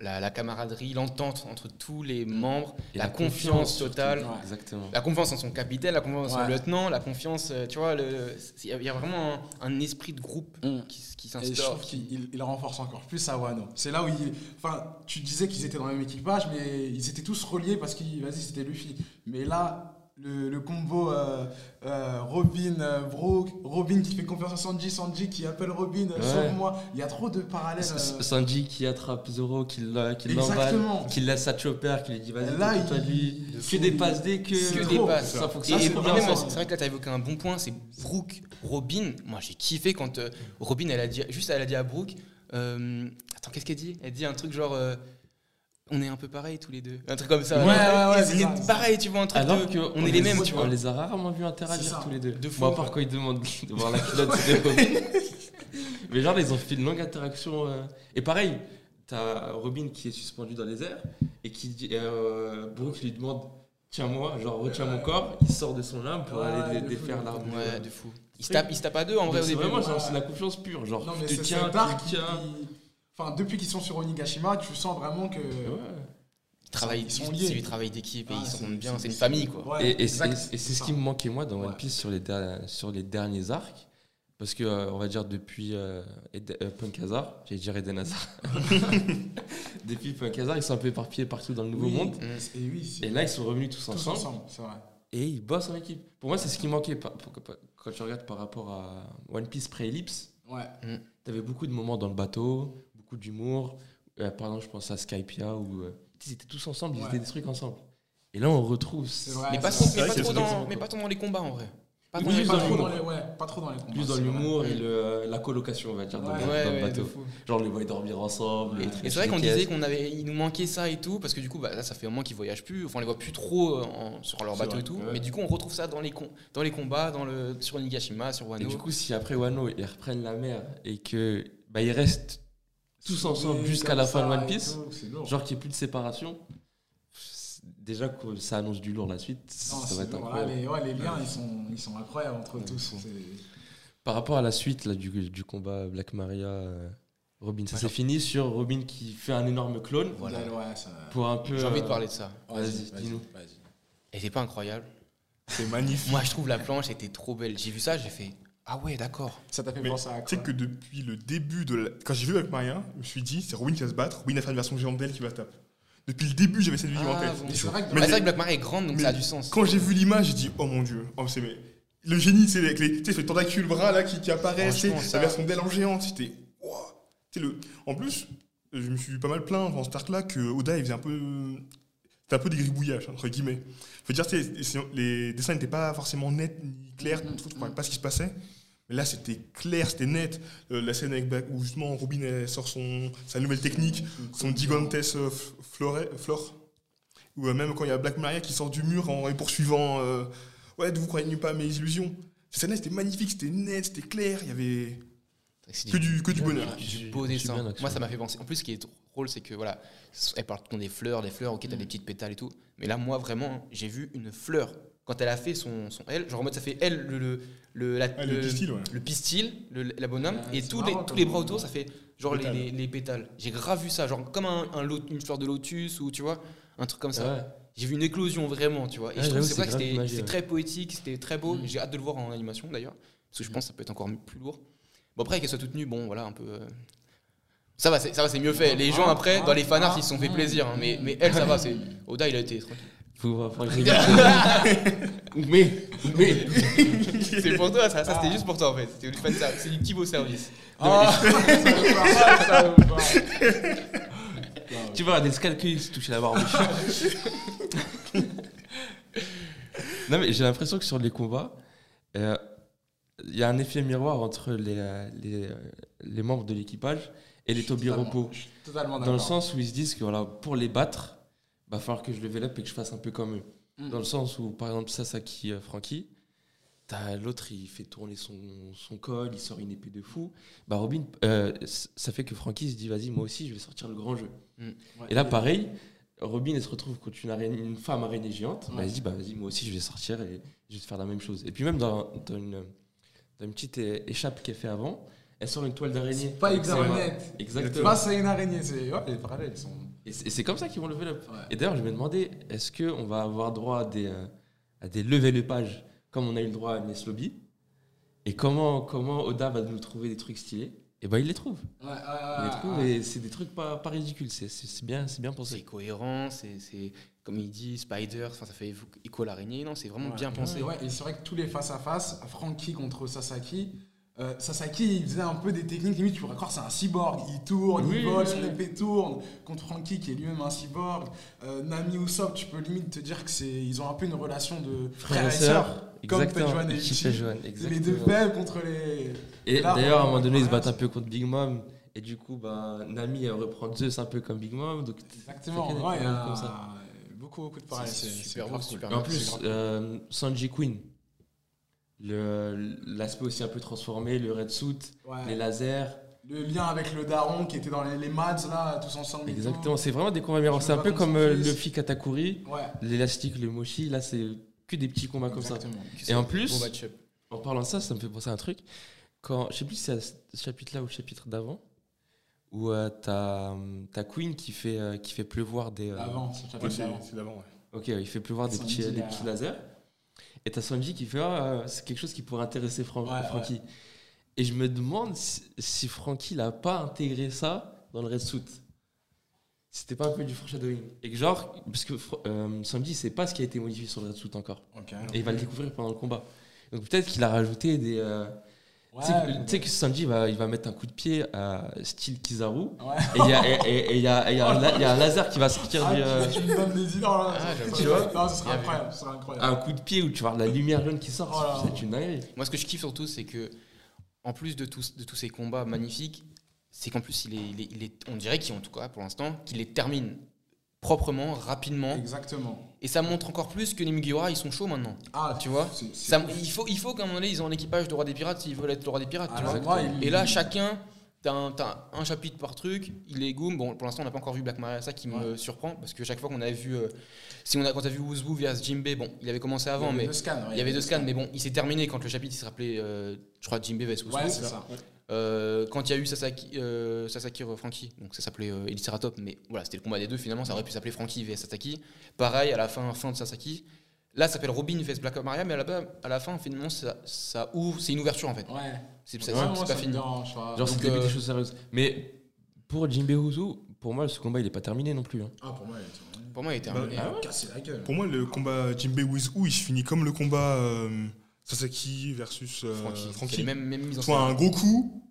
S4: la, la camaraderie, l'entente entre tous les membres,
S2: Et
S4: la,
S2: la confiance
S4: confiance,
S2: surtout.
S4: totale,
S3: Ouais.
S2: Exactement.
S4: la confiance en son capitaine, la confiance en son
S3: Ouais.
S4: lieutenant, la confiance, euh, tu vois, le- il y, a- il y a vraiment un, un esprit de groupe
S2: Mm.
S4: qui, s- qui
S3: Et je
S4: s'instaure.
S3: trouve qu'il il- il renforce encore plus à Wano. C'est là où il. Enfin, tu disais qu'ils étaient dans le même équipage, mais ils étaient tous reliés parce qu'il. Vas-y, c'était Luffy. Mais là, le, le combo euh, euh, Robin, euh, Brook, Robin qui fait confiance à Sanji, Sanji qui appelle Robin, euh,
S2: Ouais.
S3: sauve-moi. Il y a trop de parallèles.
S2: S-
S3: euh,
S2: S- Sanji qui attrape Zoro, qui l'a- qui l'emballe,
S3: Exactement.
S2: qui laisse à Chopper, qui lui dit Vas-y,
S3: Là,
S2: t'occupes-toi de lui.
S3: il-
S2: Que des passes dès
S3: C'est
S2: que.
S4: que
S3: trop.
S4: des passes.
S2: Ça, faut que
S4: Et,
S2: ça
S4: et
S2: se
S4: même,
S3: vraiment ça.
S4: c'est vrai que là, t'as évoqué un bon point, c'est Brooke, Robin. Moi, j'ai kiffé quand euh, Robin, elle a dit, juste, elle a dit à Brooke, euh, attends, qu'est-ce qu'elle dit Elle dit un truc genre, euh, on est un peu pareil tous les deux. Un truc comme ça.
S3: Ouais, ouais, ouais,
S4: Et
S3: c'est
S4: c'est
S3: ça, Ah c'est
S4: pareil, tu vois, un truc
S2: Alors
S4: de,
S2: que
S4: on, est les mêmes, tu vois.
S2: On les a rarement vus interagir
S3: C'est ça.
S2: tous les deux.
S4: De fou.
S2: Moi, par quand ils demandent de voir la culotte de Robin. Mais genre, ils ont fait une longue interaction. euh. Et pareil, t'as Robin qui est suspendu dans les airs et qui dit. euh, Brooke lui demande Tiens-moi, genre retiens mon corle. Il sort de son limbe pour
S3: Ouais,
S2: aller
S3: de
S2: dé- défaire
S3: fou.
S2: l'arbre.
S4: Ouais, de fou. Ils se tapent, ils se tapent à deux, en
S2: Donc
S4: vrai, au
S2: C'est
S4: début.
S2: vraiment genre,
S3: ouais.
S2: c'est la confiance pure. Genre,
S3: Non, mais
S2: tu te
S3: c'est
S2: tiens,
S3: c'est
S2: tu
S3: Dark
S2: te
S3: qui.
S2: tiens.
S3: Enfin, depuis qu'ils sont sur Onigashima, tu sens vraiment que.
S2: Ouais.
S4: Ils travaillent,
S3: Ils sont
S4: ils-
S3: liés.
S4: C'est du travail d'équipe et
S3: Ah,
S4: ils s'entendent bien, c'est une
S3: c'est-
S4: famille, quoi.
S3: Ouais,
S2: Et, et c'est
S3: exact.
S2: et c'est ce
S3: ça.
S2: qui me manquait moi dans One
S3: Ouais.
S2: Piece sur les, derni- sur les derniers arcs. Parce que, euh, on va dire, depuis euh, Ed- euh, Punk Hazard, j'allais dire Eden Hazard.
S3: [laughs]
S2: [laughs] depuis Punk Hazard, ils sont un peu éparpillés partout dans le Nouveau
S3: Oui.
S2: Monde.
S3: Et oui, c'est.
S2: Et là, ils sont revenus tous
S3: tous
S2: ensemble
S3: ensemble, c'est vrai.
S2: et ils bossent en équipe. Pour moi, c'est ce qui manquait. par- pour- pour- Quand tu regardes par rapport à One Piece pré-ellipse,
S3: Ouais.
S2: t'avais beaucoup de moments dans le bateau, beaucoup d'humour. Euh, par exemple, je pense à Skypia où euh, ils étaient tous ensemble, ils
S3: Ouais.
S2: étaient des trucs ensemble. Et là, on retrouve.
S3: C'est vrai.
S4: Mais
S3: Ouais,
S4: pas
S3: c'est
S4: trop
S1: vrai.
S4: mais
S1: C'est
S4: pas
S1: vrai
S4: trop
S1: que c'est
S4: dans- mais pas tant dans les combats, en vrai. Pas
S2: Oui,
S4: tant dans les
S2: juste
S3: Pas
S2: dans
S4: combats.
S3: trop
S2: l'humour.
S3: dans les, ouais, pas trop dans les combats.
S2: plus dans
S3: c'est vrai.
S2: l'humour et le- la colocation, on va dire, dans, le-
S3: Ouais,
S2: dans
S4: Ouais,
S2: le
S4: ouais, de
S2: bateau.
S4: fou.
S2: Genre, on les voyait dormir ensemble. les
S4: Et
S2: trucs,
S4: c'est vrai
S2: les
S4: qu'on
S2: caisses.
S4: disait qu'on avait, il nous manquait ça et tout, parce que du coup, bah, là, ça fait un moment qu'ils voyagent plus, enfin, on les voit plus trop euh, en- sur leur
S1: C'est
S4: bateau
S1: vrai,
S4: et tout,
S2: ouais.
S4: mais du coup, on retrouve ça dans les, com- dans les combats, dans le, sur Nigashima, sur
S2: Et
S4: Wano.
S2: du coup, si après Wano, ils reprennent la mer et que bah, ils restent tous ensemble
S3: Soudés,
S2: jusqu'à la
S3: comme
S2: fin de
S3: ça
S2: One
S3: et
S2: Piece,
S3: tout, c'est lourd.
S2: genre qu'il n'y ait plus de séparation, c'est- déjà que ça annonce du lourd la suite,
S3: Non,
S2: ça
S3: c'est
S2: va être
S3: lourd.
S2: incroyable.
S3: Là, les, ouais, les liens, ils sont, ils sont incroyables entre tous. C'est-
S2: Par rapport à la suite là, du, du combat Black Maria, euh, Robin, ça
S4: Ouais.
S2: s'est fini sur Robin qui fait un énorme clone
S4: Voilà.
S3: Ouais, ça...
S2: pour un peu.
S4: J'ai envie
S2: euh,
S4: de parler de ça.
S2: Vas-y, dis-nous.
S3: vas-y.
S4: Et c'est pas incroyable.
S1: C'est magnifique.
S4: Moi, je trouve la planche était trop belle. J'ai vu ça, j'ai fait Ah ouais, d'accord.
S3: Ça t'a fait
S1: Mais
S3: penser à quoi
S1: Tu sais que depuis le début de la... Quand j'ai vu avec Maria, je me suis dit, c'est Robin qui va se battre, Robin va faire une version géante d'elle qui va se taper. Depuis le début, j'avais cette vision en
S4: Ah,
S1: tête.
S4: bon.
S3: Mais c'est vrai que
S1: Mais
S4: Ah,
S1: les-
S4: c'est vrai que Black Mara est grande, donc
S1: mais
S4: ça a du sens.
S1: Quand j'ai vu l'image, j'ai dit oh mon dieu, oh, c'est mais- le génie, c'est avec les, tu sais, ce tentacule bras là qui, qui apparaît, c'est
S4: Franchement, ça-
S1: la version d'elle en géante, c'était ouah. Tu sais, le. En plus, je me suis pas mal plaint dans cet arc là que Oda il faisait un peu, c'était un peu des gribouillages entre guillemets. Faut dire, tu sais, c'est- les dessins n'étaient pas forcément nets ni
S4: Mm-hmm.
S1: clairs,
S3: Mhm,
S1: tout, je comprenais pas ce qui se passait. Mais là, c'était clair, c'était net. Euh, la scène avec Black- où justement Robin elle sort son, sa nouvelle technique,
S4: Mm-hmm.
S1: son Gigantes euh, f- flore, flore. Ou euh, même quand il y a Black Maria qui sort du mur en les poursuivant euh, Ouais, vous croyez pas à mes illusions. Cette scène-là, c'était magnifique, c'était net, c'était clair, il y avait
S4: C'est
S1: que du, que du bonheur.
S4: du
S2: Je-
S4: beau
S2: je suis bien
S4: dessin.
S2: d'accord.
S4: Moi, ça m'a fait penser. En plus, ce qui est drôle, c'est que voilà, elle parle tout le temps des fleurs, des fleurs,
S3: Mm.
S4: ok, t'as des petites pétales et tout. Mais là, moi, vraiment, j'ai vu une fleur. Quand elle a fait son, son L, genre en mode, ça fait L, le, le, le, la,
S1: Ah, le pistil, ouais.
S4: le pistil, le- la bonhomme,
S3: Ouais,
S4: et
S3: Ah, c'est
S4: tous les,
S3: marrant
S4: tous
S3: comme
S4: les bras
S3: nom.
S4: autour, ça fait genre les,
S1: Pétales.
S4: les, les pétales. J'ai grave vu ça, genre comme un, un lot- une fleur de lotus ou tu vois, un truc comme ça.
S2: Ouais.
S4: J'ai vu une éclosion vraiment, tu vois. Et
S2: Ouais,
S4: je trouve
S2: Ah, j'avoue,
S4: que c'est vrai
S2: c'est grave
S4: que c'était
S2: imagé,
S4: c'était
S2: ouais. Mm.
S4: très poétique, c'était très beau. J'ai hâte de le voir en animation d'ailleurs, parce que je pense que ça peut être encore plus lourd. Bon après qu'elle soit toute nue, bon voilà un peu. euh, Ça va, c'est- ça va, c'est mieux fait. Les gens après, dans les fanarts, ils se sont fait plaisir. hein, mais, mais elle, ça va. C'est Oda, il a été
S2: [laughs]
S4: tranquille.
S2: Faut voir-
S4: [laughs]
S2: faut que je- mais, mais.
S4: C'est pour toi, ça, ça c'était juste pour toi en fait. C'était du fan service, c'est du petit beau service.
S3: Ah, ça me parle, ça me parle.
S2: Tu vois, des scalculs se toucher la
S4: [laughs]
S2: barbe. non, mais j'ai l'impression que sur les combats, euh, il y a un effet miroir entre les, euh, les, euh, les membres de l'équipage et les Toby
S3: Totalement.
S2: repos.
S3: Je suis Totalement
S2: Dans le
S3: d'accord.
S2: sens où ils se disent que voilà, pour les battre, va falloir que je level up et que je fasse un peu comme eux.
S3: Mm.
S2: Dans le sens où, par exemple, Sasaki euh, Frankie, t'as l'autre, il fait tourner son, son col, il sort une épée de fou. Bah, Robin, euh, c- ça fait que Frankie se dit, vas-y, moi aussi, je vais sortir le grand jeu.
S3: Ouais.
S2: Et là, pareil, Robin, elle se retrouve contre une, araignée- une femme araignée géante. Bah,
S3: Ouais.
S2: elle se dit, bah, vas-y, moi aussi, je vais sortir et je vais te faire la même chose. Et puis, même dans, dans une, dans une petite é- échappe qu'elle fait avant, elle sort une toile d'araignée.
S3: C'est pas
S2: avec ses
S3: hyper
S2: mains.
S3: honnête.
S2: Exactement.
S3: Face à une araignée, c'est. Ouais, les parallèles sont.
S2: Et c'est et c'est comme ça qu'ils vont level up.
S3: Ouais.
S2: Et d'ailleurs, je me demandais, est-ce qu'on va avoir droit à des, euh, à des level upages comme on a eu le droit à Agnès Lobby Et comment, comment Oda va nous trouver des trucs stylés Et ben il les trouve.
S3: Ouais, ouais, ouais,
S2: il les
S3: ouais,
S2: trouve
S3: ouais.
S2: et c'est des trucs pas, pas ridicules. C'est- C'est c'est bien, c'est bien
S4: C'est
S2: pensé.
S4: cohérent, c'est, c'est- comme il dit, Spider, enfin, ça fait évo- écho à l'araignée, non, c'est vraiment
S3: Ouais.
S4: bien pensé.
S3: Et ouais, et c'est vrai que tous les face-à-face, Frankie contre Sasaki, euh, Sasaki, il faisait un peu des techniques, limite, tu pourrais croire que c'est un cyborg. Il tourne,
S2: Oui,
S3: il vole,
S2: oui,
S3: son
S2: oui.
S3: épée tourne. Contre Frankie, qui est lui-même un cyborg. Euh, Nami Usopp, tu peux limite te dire que c'est ils ont un peu une relation de frère et sœur. comme Pejuan et
S2: Qui
S3: Ichi.
S2: fait Johan,
S3: Les deux
S2: exactement.
S3: faibles contre les.
S2: Et
S3: Là,
S2: d'ailleurs, à un
S3: on-
S2: moment donné, ils se
S3: voilà,
S2: battent un peu contre Big Mom. Et du coup, bah, Nami elle reprend Zeus un peu comme Big Mom. Donc
S3: Exactement,
S2: C'est qu'il y a des
S3: ouais, il y
S2: parallèles
S3: a
S2: comme ça.
S3: beaucoup, beaucoup de parallèles.
S4: C'est
S3: C'est
S4: super
S3: super
S4: beau,
S3: cool.
S4: super
S2: Et en
S4: Ouais, c'est
S2: plus,
S4: grave.
S2: euh, Sanji Queen, Le- l'aspect aussi un peu transformé, le red suit,
S3: Ouais.
S2: les lasers.
S3: Le lien avec le daron qui était dans les, les Mads, là, tous ensemble. et tout.
S2: Exactement, c'est vraiment des combats miroirs.
S3: Je
S2: C'est un
S3: vois
S2: peu
S3: comme
S2: comme
S3: son
S2: euh,
S3: fils.
S2: Luffy Katakuri,
S3: Ouais,
S2: l'élastique, le mochi. Là, c'est que des petits combats comme ça.
S3: exactement. bah,
S4: C'est
S2: en
S4: un
S2: plus-
S4: bon match-up.
S2: En parlant de ça, ça me fait penser à un truc. Quand, je sais plus si c'est à ce chapitre-là ou le chapitre d'avant, où euh, t'as ta Queen qui fait, euh, qui fait pleuvoir des. euh,
S3: Avant, ça
S1: Ouais,
S3: s'appelle
S1: c'est
S3: avant.
S1: c'est d'avant, ouais.
S2: Ok, il fait pleuvoir des
S3: Sanji,
S2: petits, des
S3: là.
S2: petits lasers. Et t'as Sanji qui fait Ah, euh, c'est quelque chose qui pourrait intéresser Fran
S3: Ouais,
S2: Franky. Et je me demande si, si Franky n'a pas intégré ça dans le Red Suit. C'était pas un peu du foreshadowing. Et que genre, parce que Fr- euh, Sanji sait pas ce qui a été modifié sur le Red Suit encore.
S3: Ok.
S2: Et il va le découvrir pendant le combat. Donc peut-être qu'il a rajouté des. euh, tu sais que-
S3: Ouais,
S2: tu sais que, Sanji va, il va mettre un coup de pied à style Kizaru.
S3: Ouais.
S2: Et il y a- et- et- et il y a et il y a un la- il y a un laser qui va sortir
S3: [laughs] Ah,
S2: du.
S3: tu-
S2: euh,
S3: tu me donnes des idées. Oh là là,
S4: Ah, j'avoue.
S3: tu vois Non, ce sera
S4: Bien vu.
S3: incroyable. Ce sera incroyable.
S2: un coup de pied où tu vas avoir de la lumière jaune qui
S3: Oh là
S2: sort,
S3: là.
S2: c'est une dinguerie.
S4: Moi, ce que je kiffe surtout, c'est que, en plus de, tous de tous ces combats magnifiques, c'est qu'en plus, il est, il est- il est- on dirait qu'il, en tout cas, pour l'instant, qu'il les termine proprement, rapidement.
S3: Exactement.
S4: Et ça montre encore plus que les Mugiwara, ils sont chauds maintenant.
S3: Ah,
S4: Tu vois
S3: c'est- c'est-
S4: Ça, il faut, il faut qu'à un moment donné, ils ont un équipage de roi des pirates s'ils veulent être le roi des pirates.
S3: Ah,
S4: tu
S3: là,
S4: vois.
S3: moi, il-
S4: Et là, chacun, t'as un, t'as un chapitre par truc, il les gomme. Bon, pour l'instant, on n'a pas encore vu Black Maria, ça qui me surprend, parce que chaque fois qu'on a vu. euh, si on a, quand t'as vu Wuzbu vs Jimbei, bon, il avait commencé
S3: il y avait
S4: avant, mais.
S3: deux scans, ouais,
S4: Il y avait deux scans, mais bon, il s'est terminé quand le chapitre il se rappelait, euh, je crois, Jimbei vs Wuzbu.
S3: Ouais, c'est ça.
S4: Euh, quand il y a eu Sasaki, euh, Sasaki re- Frankie, donc ça s'appelait euh, Eliceratop, mais voilà, c'était le combat des deux finalement, ça aurait pu s'appeler Frankie vs Sasaki. Pareil, à la fin, fin de Sasaki, là ça s'appelle Robin vs Black Maria, mais à la, à la fin, finalement, ça, ça ouvre, c'est une ouverture en fait.
S3: Ouais.
S4: C'est
S3: Ouais,
S4: c'est-
S3: moi,
S4: c'est
S3: ça
S4: pas
S3: me
S4: fini.
S3: dérange hein. pas.
S2: Genre,
S4: Donc,
S2: c'est le début
S4: euh,
S2: des choses sérieuses. Mais pour Jinbei Huzu, pour moi, ce combat, il est pas terminé non plus. hein.
S3: Ah, pour moi, il est
S4: Pour moi, il était
S1: Bah,
S4: terminé.
S1: ah
S3: cassé la gueule.
S1: Pour moi, le combat Jimbei with Who, il se finit comme le combat euh, Sasaki versus euh,
S4: Frankie, c'est
S1: Frankie.
S4: les mêmes, mêmes mises en
S1: Soit
S4: scène.
S1: un gros coup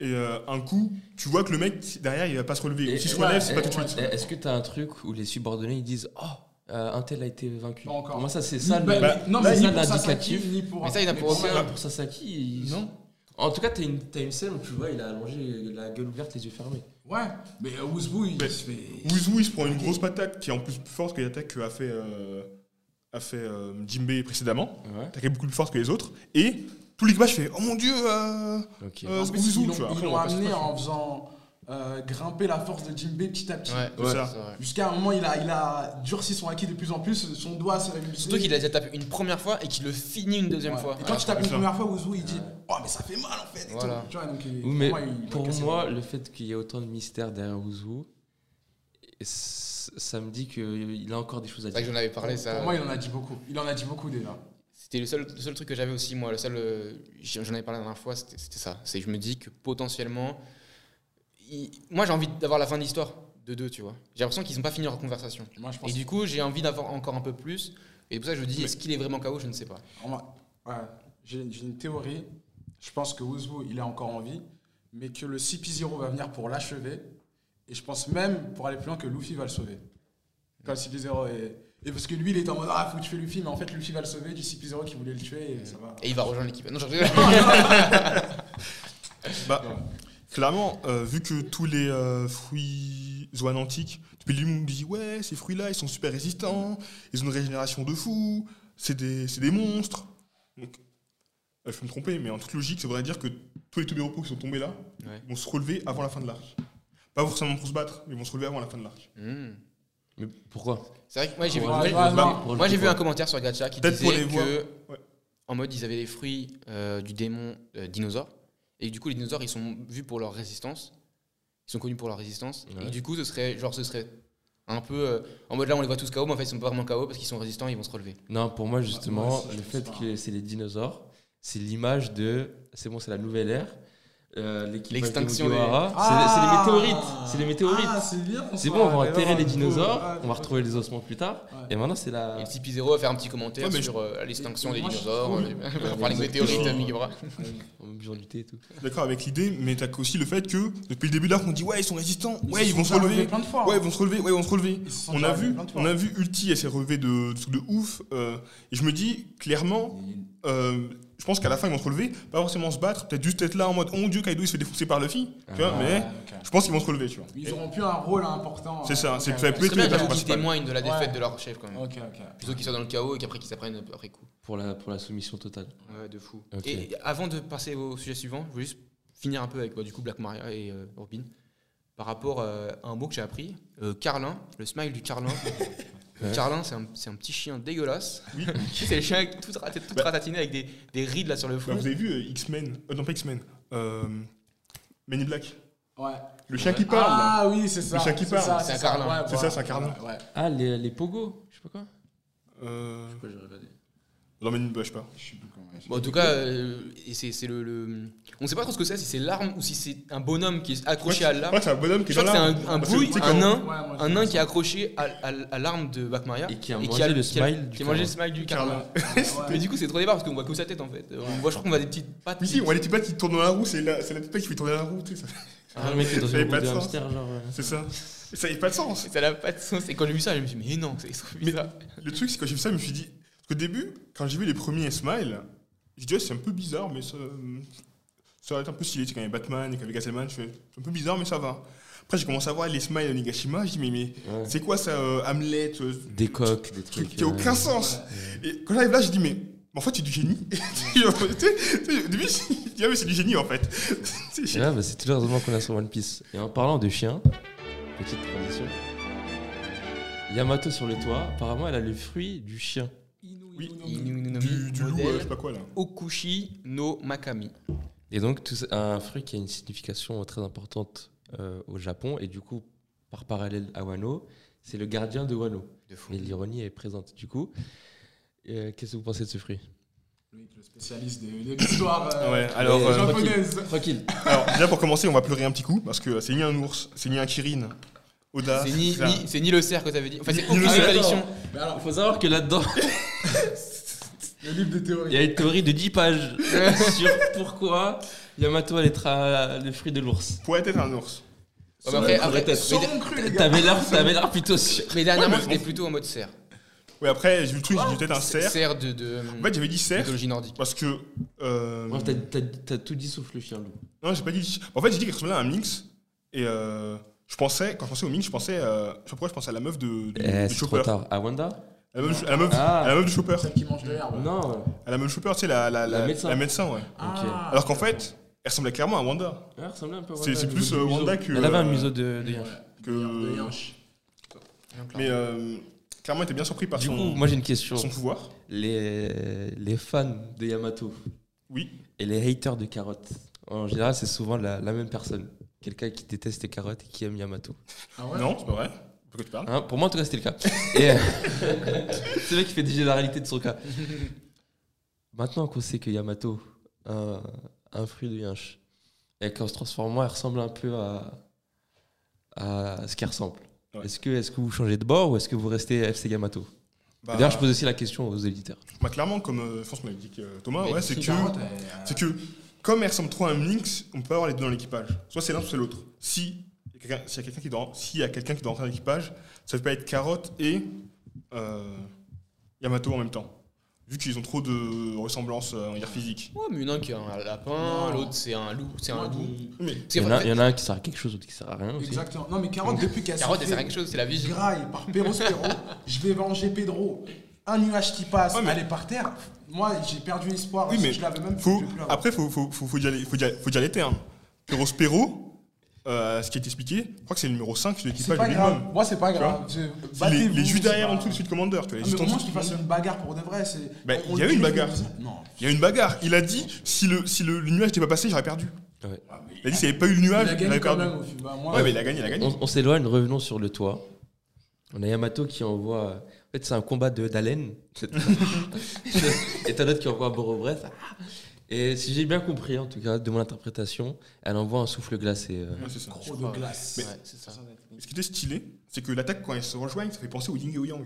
S1: et euh, un coup, tu vois que le mec derrière il va pas se relever.
S2: Et-
S1: si je
S3: ouais,
S1: relève, c'est pas
S2: Et-
S1: tout de
S2: et-
S1: suite.
S2: Est-ce que t'as un truc où les subordonnés ils disent Oh, euh, un tel a été vaincu
S3: Pas encore.
S2: Pour moi, ça, c'est ça le.
S1: bah,
S3: non,
S2: là,
S3: mais
S2: il y
S3: ni
S2: a
S3: pour Sasaki,
S2: l'indicatif.
S3: ni pour.
S4: Mais ça, il y en a pour
S3: moi, euh,
S4: aucun.
S2: Là, pour Sasaki, ils-
S1: Non.
S2: En tout cas, t'as une, t'as une scène où tu vois, il a allongé la gueule ouverte, les yeux fermés.
S3: Ouais, mais euh, Wuzbu, il
S1: Mais-
S3: se fait.
S1: With Who, il se prend une grosse patate qui est en plus plus forte que l'attaque qu'a fait, euh, a fait euh, Jimbei précédemment.
S2: Ouais.
S1: Attaque est beaucoup plus forte que les autres. Et tout l'équipage fait Oh mon dieu euh,
S2: Ok.
S1: euh,
S3: En
S1: c'est
S3: plus,
S1: Wuzhou,
S3: ils l'ont-
S1: tu vois.
S3: ils
S1: Après, on
S3: l'ont
S1: va pas se
S3: amené
S1: faire.
S3: en faisant euh, grimper la force de Jimbei petit à petit.
S4: Ouais,
S1: C'est ça.
S4: c'est vrai.
S3: Jusqu'à un moment, il a, il a durci son acquis de plus en plus, son doigt se révulsé.
S4: Surtout qu'il a déjà tapé une première fois et qu'il le finit une deuxième
S3: Ouais.
S4: fois.
S3: Et quand tu tapes une
S1: c'est ça.
S3: première fois, Wuzhou, il dit Oh, mais ça fait mal en fait. et
S4: Voilà.
S3: tout. Tu vois, donc, il-
S2: Oui, mais
S3: pour moi, il a
S2: pour
S3: cassé le-
S2: moi, le fait qu'il y ait autant de mystères derrière Ouzou, ça me dit qu'il a encore des choses à
S4: C'est vrai que
S2: dire.
S4: j'en avais parlé, ça.
S3: Pour moi, il en a dit beaucoup. Il en a dit beaucoup déjà.
S4: C'était le seul, le seul truc que j'avais aussi, moi, le seul, euh, j'en j'en avais parlé la dernière fois, c'était c'était ça. C'est que je me dis que potentiellement, il- moi j'ai envie d'avoir la fin de l'histoire de deux, tu vois. J'ai l'impression qu'ils n'ont pas fini leur conversation.
S3: Moi, je pense.
S4: Et du coup, j'ai envie d'avoir encore un peu plus. Et pour ça, je me dis, est-ce qu'il est vraiment KO Je ne sais pas.
S3: On va- ouais, j'ai j'ai une théorie. Je pense que Wuzbu, il est encore en vie, mais que le CP0 va venir pour l'achever. Et je pense même, pour aller plus loin, que Luffy va le sauver. Quand le CP0 est, Et parce que lui, il était en mode Ah, faut que tu fais Luffy, mais en fait, Luffy va le sauver du CP0 qui voulait le tuer et ça va.
S4: Et il va rejoindre l'équipe. Non, je
S1: Bah, clairement, euh, vu que tous les euh, fruits zoan antiques, depuis le début, on me dit ouais, ces fruits-là, ils sont super résistants, ils ont une régénération de fou, c'est des, c'est des monstres. Donc, euh, je peux me tromper, mais en toute logique, ça voudrait dire que tous les Tobiropo qui sont tombés là
S4: Ouais.
S1: vont se relever avant la fin de l'arc. Pas forcément pour se battre, mais ils vont se relever avant la fin de l'arc.
S4: Hmm.
S2: Mais pourquoi
S4: C'est vrai que moi j'ai vu,
S3: Ouais,
S4: moi,
S3: ouais,
S4: j'ai- moi,
S3: non.
S2: Pour le
S4: moi, j'ai
S2: coup,
S4: vu un
S2: ouais.
S4: commentaire sur Gacha qui
S1: Peut-être
S4: disait
S1: pour les voir.
S4: que
S1: Ouais.
S4: en mode ils avaient les fruits euh, du démon euh, dinosaure et du coup les dinosaures ils sont vus pour leur résistance, ils sont connus pour leur résistance
S2: Ouais.
S4: et du coup ce serait genre ce serait un peu euh, en mode là on les voit tous KO mais en fait ils sont pas vraiment KO parce qu'ils sont résistants ils vont se relever.
S2: Non, pour moi, justement,
S3: moi aussi, je
S2: le
S3: pense
S2: fait
S3: pas.
S2: que c'est les dinosaures, c'est l'image de. C'est bon, c'est la nouvelle ère. euh, l'équipage de
S4: L'extinction
S2: Mugiwara.
S3: Ah
S2: C'est c'est les météorites. C'est les météorites.
S3: Ah, c'est bien. Ah,
S2: c'est bon, on va enterrer les dinosaures, on va
S3: retrouver
S2: retrouver les ossements plus tard.
S3: Ouais.
S2: Et maintenant, c'est la.
S4: Et le Tipeee0 a fait un petit commentaire
S1: Ouais, mais
S4: sur euh, l'extinction
S3: Et
S4: des
S3: moi, je-
S4: dinosaures,
S3: oui.
S4: [laughs] euh, par les météorites,
S1: Exactement.
S4: Mugiwara.
S2: On va bien lutter et tout.
S1: Je suis D'accord avec l'idée, mais t'as aussi le fait que depuis le début de l'arc, on dit ouais, ils sont résistants, ouais, ils vont se relever,
S3: plein de fois.
S1: ouais, ils vont se relever, ouais, ils vont se relever.
S3: Ils se sont
S1: On a,
S3: relevés
S1: vu,
S3: plein de fois.
S1: on a vu Ulti, elle s'est relevée de, de trucs de ouf. euh, et je me dis, clairement, euh, je pense qu'à la fin, ils vont se relever, pas forcément se battre, peut-être juste être là en mode, oh mon dieu, Kaido, il se fait défoncer par Luffy. Tu vois,
S2: Ah.
S1: mais
S3: Ouais, ok.
S1: je pense qu'ils vont se relever, tu vois.
S3: Ils auront plus un rôle important.
S1: C'est ça,
S3: euh,
S1: c'est
S3: ok,
S1: ça
S3: ok.
S1: peut être-
S4: Très bien,
S1: la
S4: j'avoue
S1: base
S4: qu'ils
S1: principale.
S4: témoignent de la défaite
S3: Ouais.
S4: de leur chef quand même.
S3: Ok, ok.
S4: Plutôt qu'ils soient dans le chaos et qu'après qu'ils s'apprennent après coup.
S2: Pour la, pour la soumission totale.
S4: Ouais, de fou.
S2: Ok.
S4: Et avant de passer au sujet suivant, je voulais juste finir un peu avec bah, du coup Black Maria et euh, Robin par rapport euh, à un mot que j'ai appris, euh, Carlin, le smile
S1: [laughs]
S4: du Carlin. Le
S2: Ouais.
S4: Carlin, c'est un, c'est un petit chien dégueulasse.
S1: Oui.
S4: [laughs] c'est le chien avec tout, raté- tout
S1: Bah.
S4: ratatiné avec des, des rides là sur le
S1: Bah,
S4: front.
S1: vous avez vu euh, X-Men, euh, non pas X-Men, euh, Men in Black,
S3: Ouais.
S1: le chien qui parle. là.
S3: Ah oui, c'est ça.
S1: Le chien qui
S3: c'est
S1: parle.
S3: ça,
S4: C'est un
S3: ça,
S4: carlin.
S3: ouais,
S1: C'est ça,
S3: voilà.
S1: c'est un carlin.
S3: Ouais.
S2: Ah, les, les pogos, je sais pas quoi.
S1: Euh,
S2: Pourquoi j'ai regardé
S1: dans Men in Black, je sais pas.
S3: Je sais plus comment il
S4: Bon, en tout cas, euh, et c'est c'est le, le- On sait pas trop ce que c'est, si c'est l'arme ou si c'est un bonhomme qui est accroché à
S1: Je
S4: l'arme.
S1: crois que c'est un bonhomme qui
S4: Je
S1: est dans
S4: crois que c'est
S1: l'arbre.
S4: un, un
S1: Parce que,
S4: bouille,
S1: tu sais,
S4: un
S1: quand-
S4: nain.
S3: s'appelle. Ouais, moi, je
S4: Un
S3: sais
S4: nain
S3: pas.
S4: qui est accroché à, à- à l'arme de Bakmaya
S2: Et qui a
S4: a-
S2: mangé le
S4: qui a-
S2: smile du
S4: qui a mangé
S2: Carlin.
S4: le smile du
S1: Carlin.
S2: [laughs]
S4: Carlin.
S3: Ouais.
S4: Mais du coup, c'est trop débat parce qu'on voit que sa tête en fait. Euh, On voit, je crois qu'on voit des petites pattes.
S1: Oui, si, on voit les petits pattes qui tournent dans la roue, c'est la, c'est la petite patte qui fait tourner la roue, tu sais, ça-
S2: Ah, le mec est dans
S1: Ça
S2: une
S1: avait pas
S2: roue de
S1: de sens.
S2: hamster, genre. euh.
S1: c'est ça. Et ça n'a pas de sens.
S4: Ça n'a pas de sens. Et quand j'ai vu ça, je me suis dit, mais non, c'est trop bizarre.
S1: Le truc, c'est que quand j'ai vu ça, je me suis dit. parce qu'au début, quand j'ai vu les premiers Smile, je disais, c'est un peu bizarre, mais ça. Ça aurait été un peu stylé. Tu sais, quand il y avait Batman et qu'avec Hasselman, je fais, c'est un peu bizarre, mais ça va. Après, j'ai commencé à voir les Smiles à Nigashima, je dis, mais, mais
S2: Ouais.
S1: c'est quoi ça, euh, Hamlet euh,
S2: Des coques, des
S1: Truc
S2: trucs.
S1: qui a
S2: euh,
S1: aucun sens. Et quand j'arrive là, je dis, mais. mais En fait, c'est du génie. [laughs] Tu sais, tu sais, Au début, je dis, ah, mais c'est du génie en fait. [laughs] Tu sais,
S2: Ouais, bah, c'est tout le raisonnement qu'on a sur One Piece. Et en parlant de chien, petite transition. Yamato sur le toit, apparemment elle a le fruit du chien.
S1: Oui.
S4: Inu Inonomi,
S1: Du, du loup, euh, je
S4: modèle
S1: sais pas quoi là.
S4: Okushi no Makami.
S2: Et donc tout ça- un fruit qui a une signification très importante euh, au Japon et du coup par parallèle à Wano, c'est le gardien de Wano.
S4: De fou.
S2: Mais l'ironie est présente du coup. euh, Qu'est-ce que vous pensez de ce fruit
S3: Loïc, le spécialiste des- de l'histoire euh,
S1: Ouais, alors.
S2: Mais-
S1: euh,
S3: japonaise.
S2: Tranquille.
S1: Alors, déjà pour commencer, on va pleurer un petit coup parce que c'est ni un ours, c'est ni un Kirin. Oda.
S4: C'est ni,
S1: Ah, ça-
S4: ni- c'est ni le cerf que t'avais dit. Enfin, c'est
S1: Ni
S4: aucune
S1: le cerf.
S4: contradiction.
S3: Mais alors,
S2: Il faut savoir que là-dedans, [laughs]
S3: le livre de
S2: il
S3: théorie.
S2: y a une théorie de 10
S4: [laughs]
S2: pages sur pourquoi Yamato elle être euh, le fruit de l'ours.
S1: Pourrait être un ours.
S4: Ouais, mais après,
S2: Ça
S4: après-
S2: devrait être-
S4: mais,
S3: Seront crus, les gars.
S2: T'avais l'air t'avais l'air plutôt sûr.
S4: mais dernièrement,
S1: Ouais, mais-
S4: c'était plutôt en mode cerf.
S1: Ouais, après, j'ai vu le truc, Ah, j'ai dit peut-être un cerf.
S4: Cerf de, de
S1: En fait, j'avais dit cerf
S4: mythologie nordique.
S1: parce que. euh,
S2: Bref, t'as- t'as t'as tout dit sauf le chien loup.
S1: non, j'ai pas dit. En fait, j'ai dit qu'il ressemblait à un Minx. Et euh, je pensais, quand je pensais au Minx, je pensais. euh, je sais pas pourquoi je pensais à la meuf de, de, de
S2: Eh, c'est trop
S1: Chopper.
S2: tard. À Wanda
S1: À la meuf, à la meuf,
S2: Ah.
S1: à la meuf de Chopper.
S3: Celle qui mange de l'herbe.
S2: Non.
S1: À la meuf de Chopper, tu sais, la, la,
S2: La
S1: la-
S2: médecin.
S1: la médecin, ouais.
S3: Ah,
S1: Alors qu'en fait, elle ressemblait clairement à Wanda.
S2: Elle ressemblait un peu à
S1: C'est-
S2: Wanda
S1: c'est
S2: au
S1: plus,
S2: niveau du
S1: euh,
S2: museau.
S1: Wanda que,
S2: Elle avait un
S1: euh,
S2: museau de, de
S3: Ouais,
S2: Hirsch.
S1: que-
S3: de
S1: Euh,
S3: Hirsch.
S1: Mais euh, clairement, elle était bien surpris par
S2: Du
S1: Bah, son,
S2: coup, moi j'ai une question.
S1: son pouvoir.
S2: Les, les fans de Yamato
S1: Oui.
S2: et les haters de Carotte, en général, c'est souvent la, la même personne. Quelqu'un qui déteste les carottes et qui aime Yamato.
S3: Ah ouais
S1: Non, c'est pas vrai. Pourquoi tu parles
S2: Hein, pour moi, en tout cas, c'était le cas. Et, euh, [laughs] c'est vrai qu'il fait déjà la réalité de son cas. Maintenant qu'on sait que Yamato, un, un fruit de Yinch, et qu'en se transformant, elle ressemble un peu à, à ce qu'elle ressemble.
S1: Ouais.
S2: Est-ce que, est que vous changez de bord ou est-ce que vous restez FC Yamato
S1: Bah,
S2: D'ailleurs, je pose aussi la question aux éditeurs.
S1: bah, clairement, comme euh, je pense qu'on l'a dit que, euh, Thomas, ouais, c'est que.
S3: Carotte, elle-
S1: C'est que, comme elle ressemble trop à un Minx, on peut avoir les deux dans l'équipage. Soit c'est l'un, soit c'est l'autre. Si il y a quelqu'un s'il y a quelqu'un qui doit s'il y a quelqu'un qui doit rentrer dans l'équipage, ça ne peut pas être Carotte et euh, Yamato en même temps. Vu qu'ils ont trop de ressemblances euh, en guerre physique.
S4: Ouais, mais il y en a un qui est un lapin,
S3: Non.
S4: l'autre c'est un loup, c'est un
S3: Ouais,
S4: loup.
S1: Mais
S4: Parce
S2: Il y, en
S4: qu'en
S2: a,
S4: fait,
S2: il y en a un qui sert à quelque chose, l'autre qui sert à rien aussi.
S3: Exactement. Non, mais Carotte, depuis qu'elle
S4: Carotte,
S3: s'est
S4: elle sert à
S3: fait
S4: quelque chose, c'est la vie.
S3: graille par Perros Perro, je vais venger Pedro. Un nuage qui passe,
S1: Ouais, mais-
S3: elle est par terre. Moi, j'ai perdu espoir.
S1: Oui,
S3: parce
S1: mais
S3: que je l'avais même
S1: faut,
S3: je l'ai plus avoir.
S1: après, faut, faut, faut, faut y aller, faut y aller, faut y aller terme. Perospero, euh, ce qui est expliqué, je crois que c'est le numéro 5 de
S3: C'est
S1: l'équipage
S3: pas
S1: du
S3: grave.
S1: minimum.
S3: Moi, c'est pas
S1: Tu
S3: grave. Je-
S1: C'est Les,
S3: battez-vous,
S1: les
S3: c'est
S1: juste derrière
S3: pas-
S1: en dessous du Field commander, tu vois.
S3: Ah,
S1: juste
S3: mais
S1: en
S3: au moins
S1: dessous.
S3: qu'ils fassent une bagarre pour de vrai. c'est-
S1: Bah,
S3: on-
S1: il y
S3: on
S1: a eu une
S3: le
S1: bagarre.
S3: dit- Non.
S1: Il y a une bagarre. Il a dit si le, si le, le nuage n'était pas passé, j'aurais perdu.
S2: Ouais.
S1: Il a dit s'il n'y avait pas eu le
S3: Il
S1: nuage,
S3: a
S1: j'aurais
S3: gagné quand
S1: perdu.
S3: même. au final. Bah, moi,
S1: Ouais, mais il a gagné, il a gagné.
S2: On, on s'éloigne, revenons sur le toit. On a Yamato qui envoie. En fait, c'est un combat de- d'haleine. [laughs] et t'as l'autre qui envoie Borobret. Et si j'ai bien compris, en tout cas, de mon interprétation, elle envoie un souffle glacé. euh.
S1: Ouais, c'est ça.
S3: trop de glace.
S4: Mais- Ouais, c'est ça.
S1: Ce qui était stylé, c'est que l'attaque, quand elles se rejoignent, ça fait penser au yin et au yang.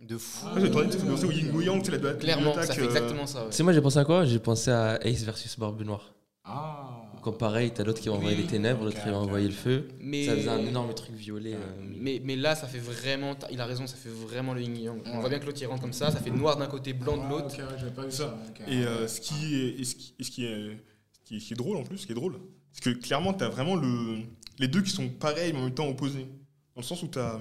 S3: Ah,
S4: De fou.
S1: Ouais, ça fait penser au yin et au yang, c'est la l'attaque.
S4: Clairement, ça fait
S1: Ah, euh,
S4: exactement ça. ouais.
S2: Tu sais, moi, j'ai pensé à quoi J'ai pensé à Ace versus Barbe Noire.
S3: Ah.
S2: Quand pareil, t'as l'autre qui va envoyer
S4: Oui.
S2: les ténèbres,
S3: Ok,
S2: l'autre qui va
S3: ok.
S2: envoyer le feu.
S4: Mais...
S2: Ça faisait un énorme truc violet.
S3: Ah,
S2: euh.
S4: Mais, mais là, ça fait vraiment. t'as- Il a raison, ça fait vraiment le yin yang. On voit bien que l'autre il rentre comme ça, ça fait noir d'un côté, blanc de
S3: Ah,
S4: l'autre.
S3: ok, ouais, j'avais pas vu
S1: Ça.
S3: ça. ok.
S1: Et euh, ce qui est, et ce qui, et ce qui est, ce qui est- ce qui est drôle en plus, ce qui est drôle, c'est que clairement, tu as vraiment le, les deux qui sont pareils mais en même temps opposés. Dans le sens où tu as. En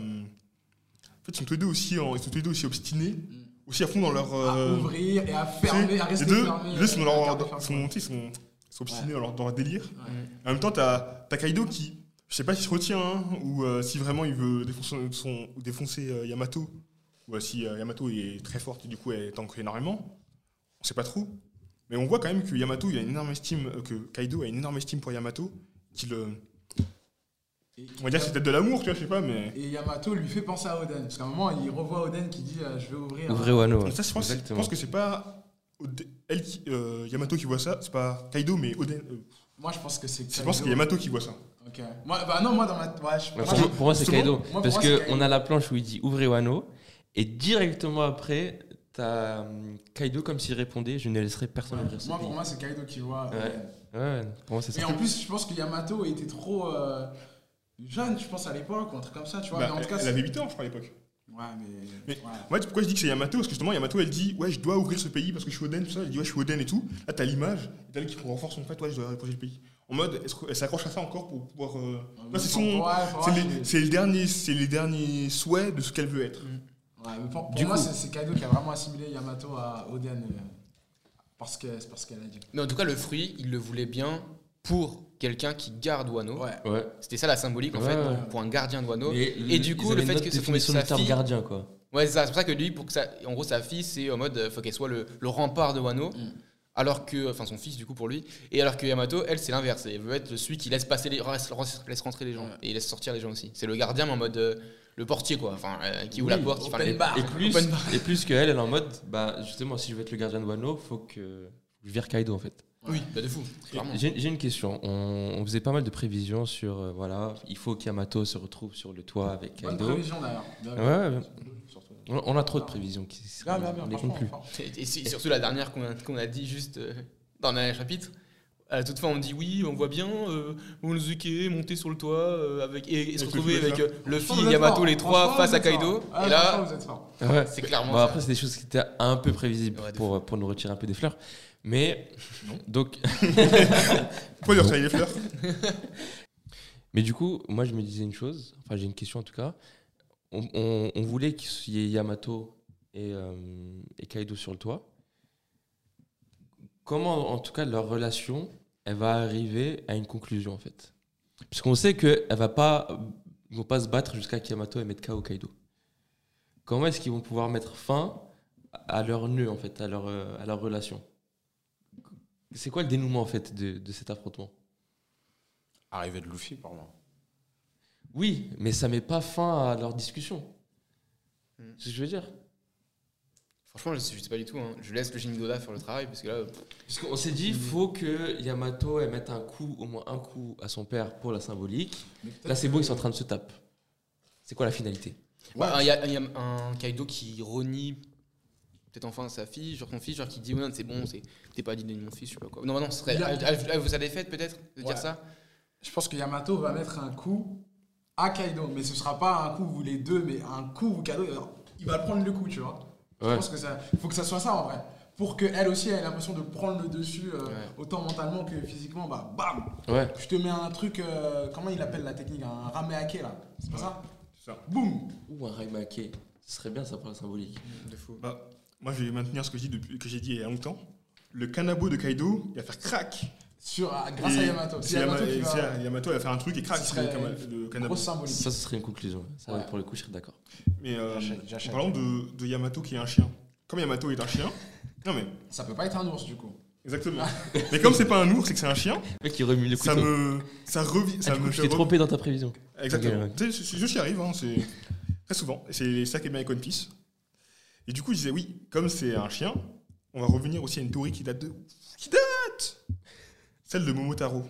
S1: fait, ils sont tous les deux aussi, en- ils sont tous les deux aussi obstinés,
S4: Mm.
S1: aussi à fond dans leur.
S3: À
S1: euh,
S3: ouvrir et à
S1: tu sais,
S3: fermer, à
S1: les
S3: rester
S1: deux,
S3: fermé.
S1: les deux sont dans
S3: à
S1: leur.
S3: garder fermé.
S1: sont- tu sais, Ils sont, ils sont obstinés dans, leur, dans leur délire.
S3: Ouais.
S1: En même temps, tu as, Kaido qui. Je sais pas s'il se retient hein, ou euh, si vraiment il veut défoncer, son- défoncer, euh, Yamato. Ou euh, si euh, Yamato est très forte et du coup elle tank énormément. On sait pas trop. Mais on voit quand même que Yamato, il a une énorme estime, euh, que Kaido a une énorme estime pour Yamato. Qu'il, euh,
S3: Et-
S1: on va dire que c'est peut-être de l'amour, tu vois, je sais pas, mais.
S3: Et Yamato lui fait penser à Oden. Parce qu'à un moment, il revoit Oden qui dit euh, Je vais ouvrir.
S2: Ouvrez Wano.
S1: Mais ça, je pense, je pense que c'est pas Oden- elle qui- euh, Yamato qui voit ça, c'est pas Kaido, mais Oden. euh,
S3: Moi, je pense que c'est.
S1: je pense que c'est Yamato qui voit ça.
S3: Ok. Moi, bah non, moi, dans ma. Ouais, je-
S2: Ouais,
S3: moi,
S2: pour,
S3: je-
S2: moi, pour moi, c'est
S1: Justement,
S2: Kaido.
S3: moi, pour
S2: parce
S3: moi,
S2: que
S3: c'est Kaido.
S2: on a la planche où il dit ouvrez Wano. Et directement après, t'as hum, Kaido comme s'il répondait je ne laisserai personne ouvrir ce
S3: Moi,
S2: pays.
S3: pour moi, c'est Kaido qui voit.
S2: Ouais.
S3: Oden.
S2: Ouais, pour moi, c'est
S3: Et
S2: ça.
S3: en plus, je pense que Yamato était trop euh, jeune, je pense, à l'époque, ou un truc comme ça, tu vois.
S1: Bah,
S3: mais en
S1: elle,
S3: tout cas,
S1: elle
S3: c'est-
S1: avait 8 ans, je crois, à l'époque.
S3: Ouais, mais.
S1: Mais-
S3: ouais.
S1: Moi, tu- pourquoi je dis que c'est Yamato Parce que justement, Yamato, elle dit Ouais, je dois ouvrir ce pays parce que je suis Oden, tout ça. Elle dit Ouais, je suis Oden et tout. Là, t'as l'image. Et t'as elle qui renforce son fait Ouais, je dois protéger le pays. En mode, est-ce qu'elle s'accroche à ça encore pour pouvoir. euh, Là, c'est son.
S3: Ouais,
S1: c'est
S3: ouais, mais-
S1: les, c'est les derniers, c'est les derniers souhaits de ce qu'elle veut être.
S3: Ouais, mais pour, pour
S2: Du
S3: moi,
S2: coup-
S3: c'est c'est Kaido qui a vraiment assimilé Yamato à Oden. euh, parce que c'est parce qu'elle a dit.
S4: Mais en tout cas, le fruit, il le voulait bien pour quelqu'un qui garde
S2: Oh.
S4: Wano.
S3: Ouais.
S2: Ouais.
S4: C'était ça la symbolique en
S2: Ouais,
S4: fait,
S2: ouais.
S4: pour un gardien de Wano.
S2: Et,
S4: le- du coup, le fait que ce soit
S2: sur
S4: sa
S2: le terme
S4: fille-
S2: gardien, quoi.
S4: Ouais, c'est ça. C'est pour ça que lui, pour que ça, en gros, sa fille, c'est en mode, euh, faut qu'elle soit le, le rempart de Wano.
S3: Mm.
S4: Alors que, enfin, son fils du coup pour lui, et alors que Yamato, elle, c'est l'inverse. Elle veut être celui qui laisse passer les, laisse, laisse rentrer les gens
S3: Ouais.
S4: et laisse sortir les gens aussi. C'est le gardien, mais en mode euh, le portier quoi, enfin, euh, qui ouvre la
S2: Oui,
S4: porte, qui
S3: open
S4: fait la-
S3: bar.
S2: Et plus,
S4: Open
S2: et plus qu'elle, elle est en mode bah, justement, si je veux être le gardien de Wano, faut que je vire Kaido en fait.
S4: Oui, bah de fou. clairement.
S2: J'ai j'ai une question. On, on faisait pas mal de prévisions sur euh, voilà, il faut qu'Yamato se retrouve sur le toit avec
S3: Bonne
S2: Kaido.
S3: prévision d'ailleurs.
S2: Ouais, ouais.
S3: Surtout.
S2: on, on a trop de prévisions qui
S3: Bien, bien, bien,
S2: on les
S3: franchement,
S2: compte plus.
S3: franchement.
S4: Et, et si- surtout la dernière qu'on a, qu'on a dit juste euh, dans le dernier chapitre. À la toute fin, on dit oui, on voit bien euh, Momonosuke monter sur le toit euh, avec, et, et se
S1: Et
S4: retrouver
S1: tout, tout
S4: avec euh,
S3: Franchement,
S4: Luffy,
S3: vous êtes
S4: Yamato,
S3: fort.
S4: les trois
S3: Franchement,
S4: face
S3: vous
S4: à
S3: êtes
S4: Kaido.
S3: fort. Ah,
S4: et là,
S3: franchement, vous êtes fort.
S2: Ouais.
S4: c'est clairement.
S2: Bon,
S4: ça.
S2: Bah, après, c'est des choses qui étaient un peu prévisibles
S4: Ouais, de
S2: pour, pour nous retirer un peu des fleurs. Mais, donc,
S1: Pourquoi lui retirer les fleurs
S2: mais du coup, moi, je me disais une chose, enfin, j'ai une question en tout cas. On, on- on voulait qu'il y ait Yamato et, euh, et Kaido sur le toit. Comment, en tout cas, leur relation, elle va arriver à une conclusion, en fait Parce qu'on sait qu'elle va pas, ils vont pas se battre jusqu'à que Yamato et mettre KO Kaido. Comment est-ce qu'ils vont pouvoir mettre fin à leur nœud, en fait, à leur, euh, à leur relation C'est quoi le dénouement, en fait, de, de cet affrontement
S5: Arrivée de Luffy, pour moi.
S2: Oui, mais ça met pas fin à leur discussion.
S4: Mm.
S2: C'est ce que je veux dire.
S4: Franchement, je sais, je sais pas du tout. hein. Je laisse le génie Goda faire le travail parce que là, euh,
S2: Parce qu'on s'est dit, il faut que Yamato elle mette un coup, au moins un coup, à son père pour la symbolique.
S3: Mais
S2: Là,
S3: peut-être-
S2: c'est bon, ils sont en train de se taper. C'est quoi la finalité
S4: bah, il y, a- il y a un Kaido qui renie peut-être enfin sa fille, genre son fils, genre qui dit ouais, non, c'est bon, c'est t'es pas dit de mon fils, je sais pas quoi. Non, bah non, ce serait
S3: Il a-
S4: à, à- à- vous à des fêtes peut-être de
S3: Ouais.
S4: dire ça.
S3: Je pense que Yamato va mettre un coup à Kaido. Mais ce sera pas un coup vous les deux, mais un coup où Kaido. il va prendre le coup, tu vois. Je
S2: Ouais.
S3: pense que ça, faut que ça soit ça en vrai. Pour qu'elle aussi elle ait l'impression de prendre le dessus, euh,
S4: Ouais.
S3: autant mentalement que physiquement, bah bam
S2: Ouais.
S3: Je te mets un truc, euh, comment il appelle la technique hein, Un rameake là, c'est pas ça
S1: C'est ça.
S3: Boum
S2: Ou un raimake. Ce serait bien ça pour la symbolique.
S4: De fou.
S1: Bah, moi, je vais maintenir ce que j'ai dit, depuis, que j'ai dit il y a longtemps. Le Kanabo de Kaido, il va faire crack.
S3: Sur, à- Grâce à
S1: Et
S3: Yamato. C'est
S1: c'est Yama-
S3: Yamato qui
S1: et c'est
S3: va.
S1: Yamato, il va faire un truc et crack.
S3: Ce
S1: c'est
S3: serait
S1: le Kama- le Kanabo.
S3: Grosse symbolique.
S2: Ça, ce serait une conclusion. Ça,
S3: Ouais.
S2: Pour le coup, je serais d'accord.
S1: Mais euh,
S3: J'achète- j'achète.
S1: parlons de, de Yamato qui est un chien. Comme Yamato est un chien. Non mais,
S3: Ça peut pas être un ours du coup.
S1: exactement. mais
S3: [laughs]
S1: comme c'est pas un ours et que c'est un chien,
S2: Le mec qui remue le
S1: ça
S2: couteau.
S1: me. Ça revient.
S2: Ah,
S1: Ça
S2: du coup,
S1: me
S2: je
S1: fait
S2: t'ai
S1: re-
S2: trompé dans ta prévision.
S1: Exactement.
S2: Ok, ouais.
S1: Tu sais, C'est Je j'y arrive, hein, c'est très souvent. Et C'est ça qui est bien avec One Piece. Et du coup, je disais, oui, comme c'est un chien, on va revenir aussi à une théorie qui date de. Qui date Celle de Momotaro.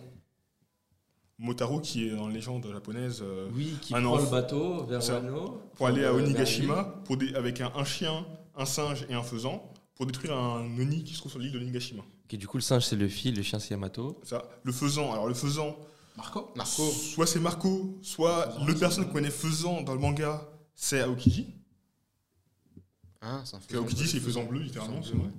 S1: Momotaro qui est dans la légende japonaise euh,
S2: Oui, qui
S1: Ah non,
S2: prend le
S1: faut-
S2: bateau vers
S1: ça-
S2: Wano.
S1: pour aller à
S2: euh, vers
S1: Onigashima pour dé- avec un, un chien, un singe et un faisan pour détruire un Oni qui se trouve sur l'île de Onigashima.
S2: l'île. Ok, du coup, le singe, c'est Luffy, le chien, c'est Yamato.
S1: Ça, le faisan, alors le faisan,
S3: Marco
S4: Marco.
S1: soit c'est Marco, soit l'autre personne qu'on connaît faisan dans le manga, c'est Aokiji.
S4: Hein, c'est un faisan
S1: Aokiji,
S4: bleu.
S1: c'est faisan bleu, littéralement,
S4: Faisan
S1: c'est vrai.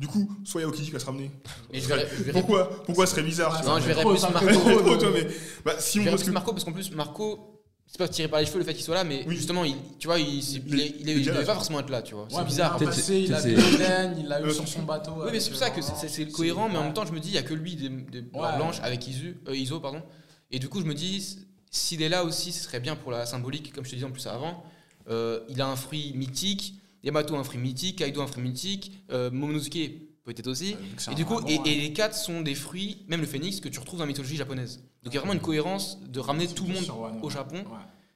S1: Du coup, soit il y a Aokiji qui va se ramener.
S4: Mais je verrais- je verrais-
S1: Pourquoi Pourquoi ce serait bizarre tu
S4: Non,
S1: vois [laughs]
S4: je verrais
S3: Trop,
S4: plus
S3: ça me
S4: Marco.
S3: fait trop,
S1: Oh,
S3: le-
S1: toi, mais, bah, si
S4: Je
S1: on
S4: verrais
S1: parce
S4: plus
S1: que-
S4: Marco parce qu'en plus Marco c'est pas tiré par les cheveux le fait qu'il soit là mais
S1: Oui.
S4: justement il tu vois il c'est- il
S1: Mais-
S4: est- il est-
S1: mais
S4: il devait
S1: déjà-
S4: pas forcément être là tu vois
S3: Ouais,
S4: c'est bizarre
S3: Il
S2: peut-être
S3: a passé, il a
S2: c'est-
S3: vu Hélène, il l'a eu
S1: Euh,
S3: sur son bateau.
S4: Oui, mais c'est pour ça que c'est- c'est c'est cohérent, mais en même temps, je me dis, il n'y a que lui des, des barres
S3: Ouais.
S4: blanches avec Isu, euh, Iso. pardon. Et du coup, je me dis, s'il est là aussi, ce serait bien pour la symbolique, comme je te disais en plus avant. Euh, il a un fruit mythique, Yamato un fruit mythique, Kaido un fruit mythique, euh, Momonosuke peut-être aussi. Et du coup, et,
S2: hein.
S4: et les quatre sont des fruits, même le phénix, que tu retrouves dans la mythologie japonaise. Donc il y a vraiment une cohérence de ramener tout le monde au Japon.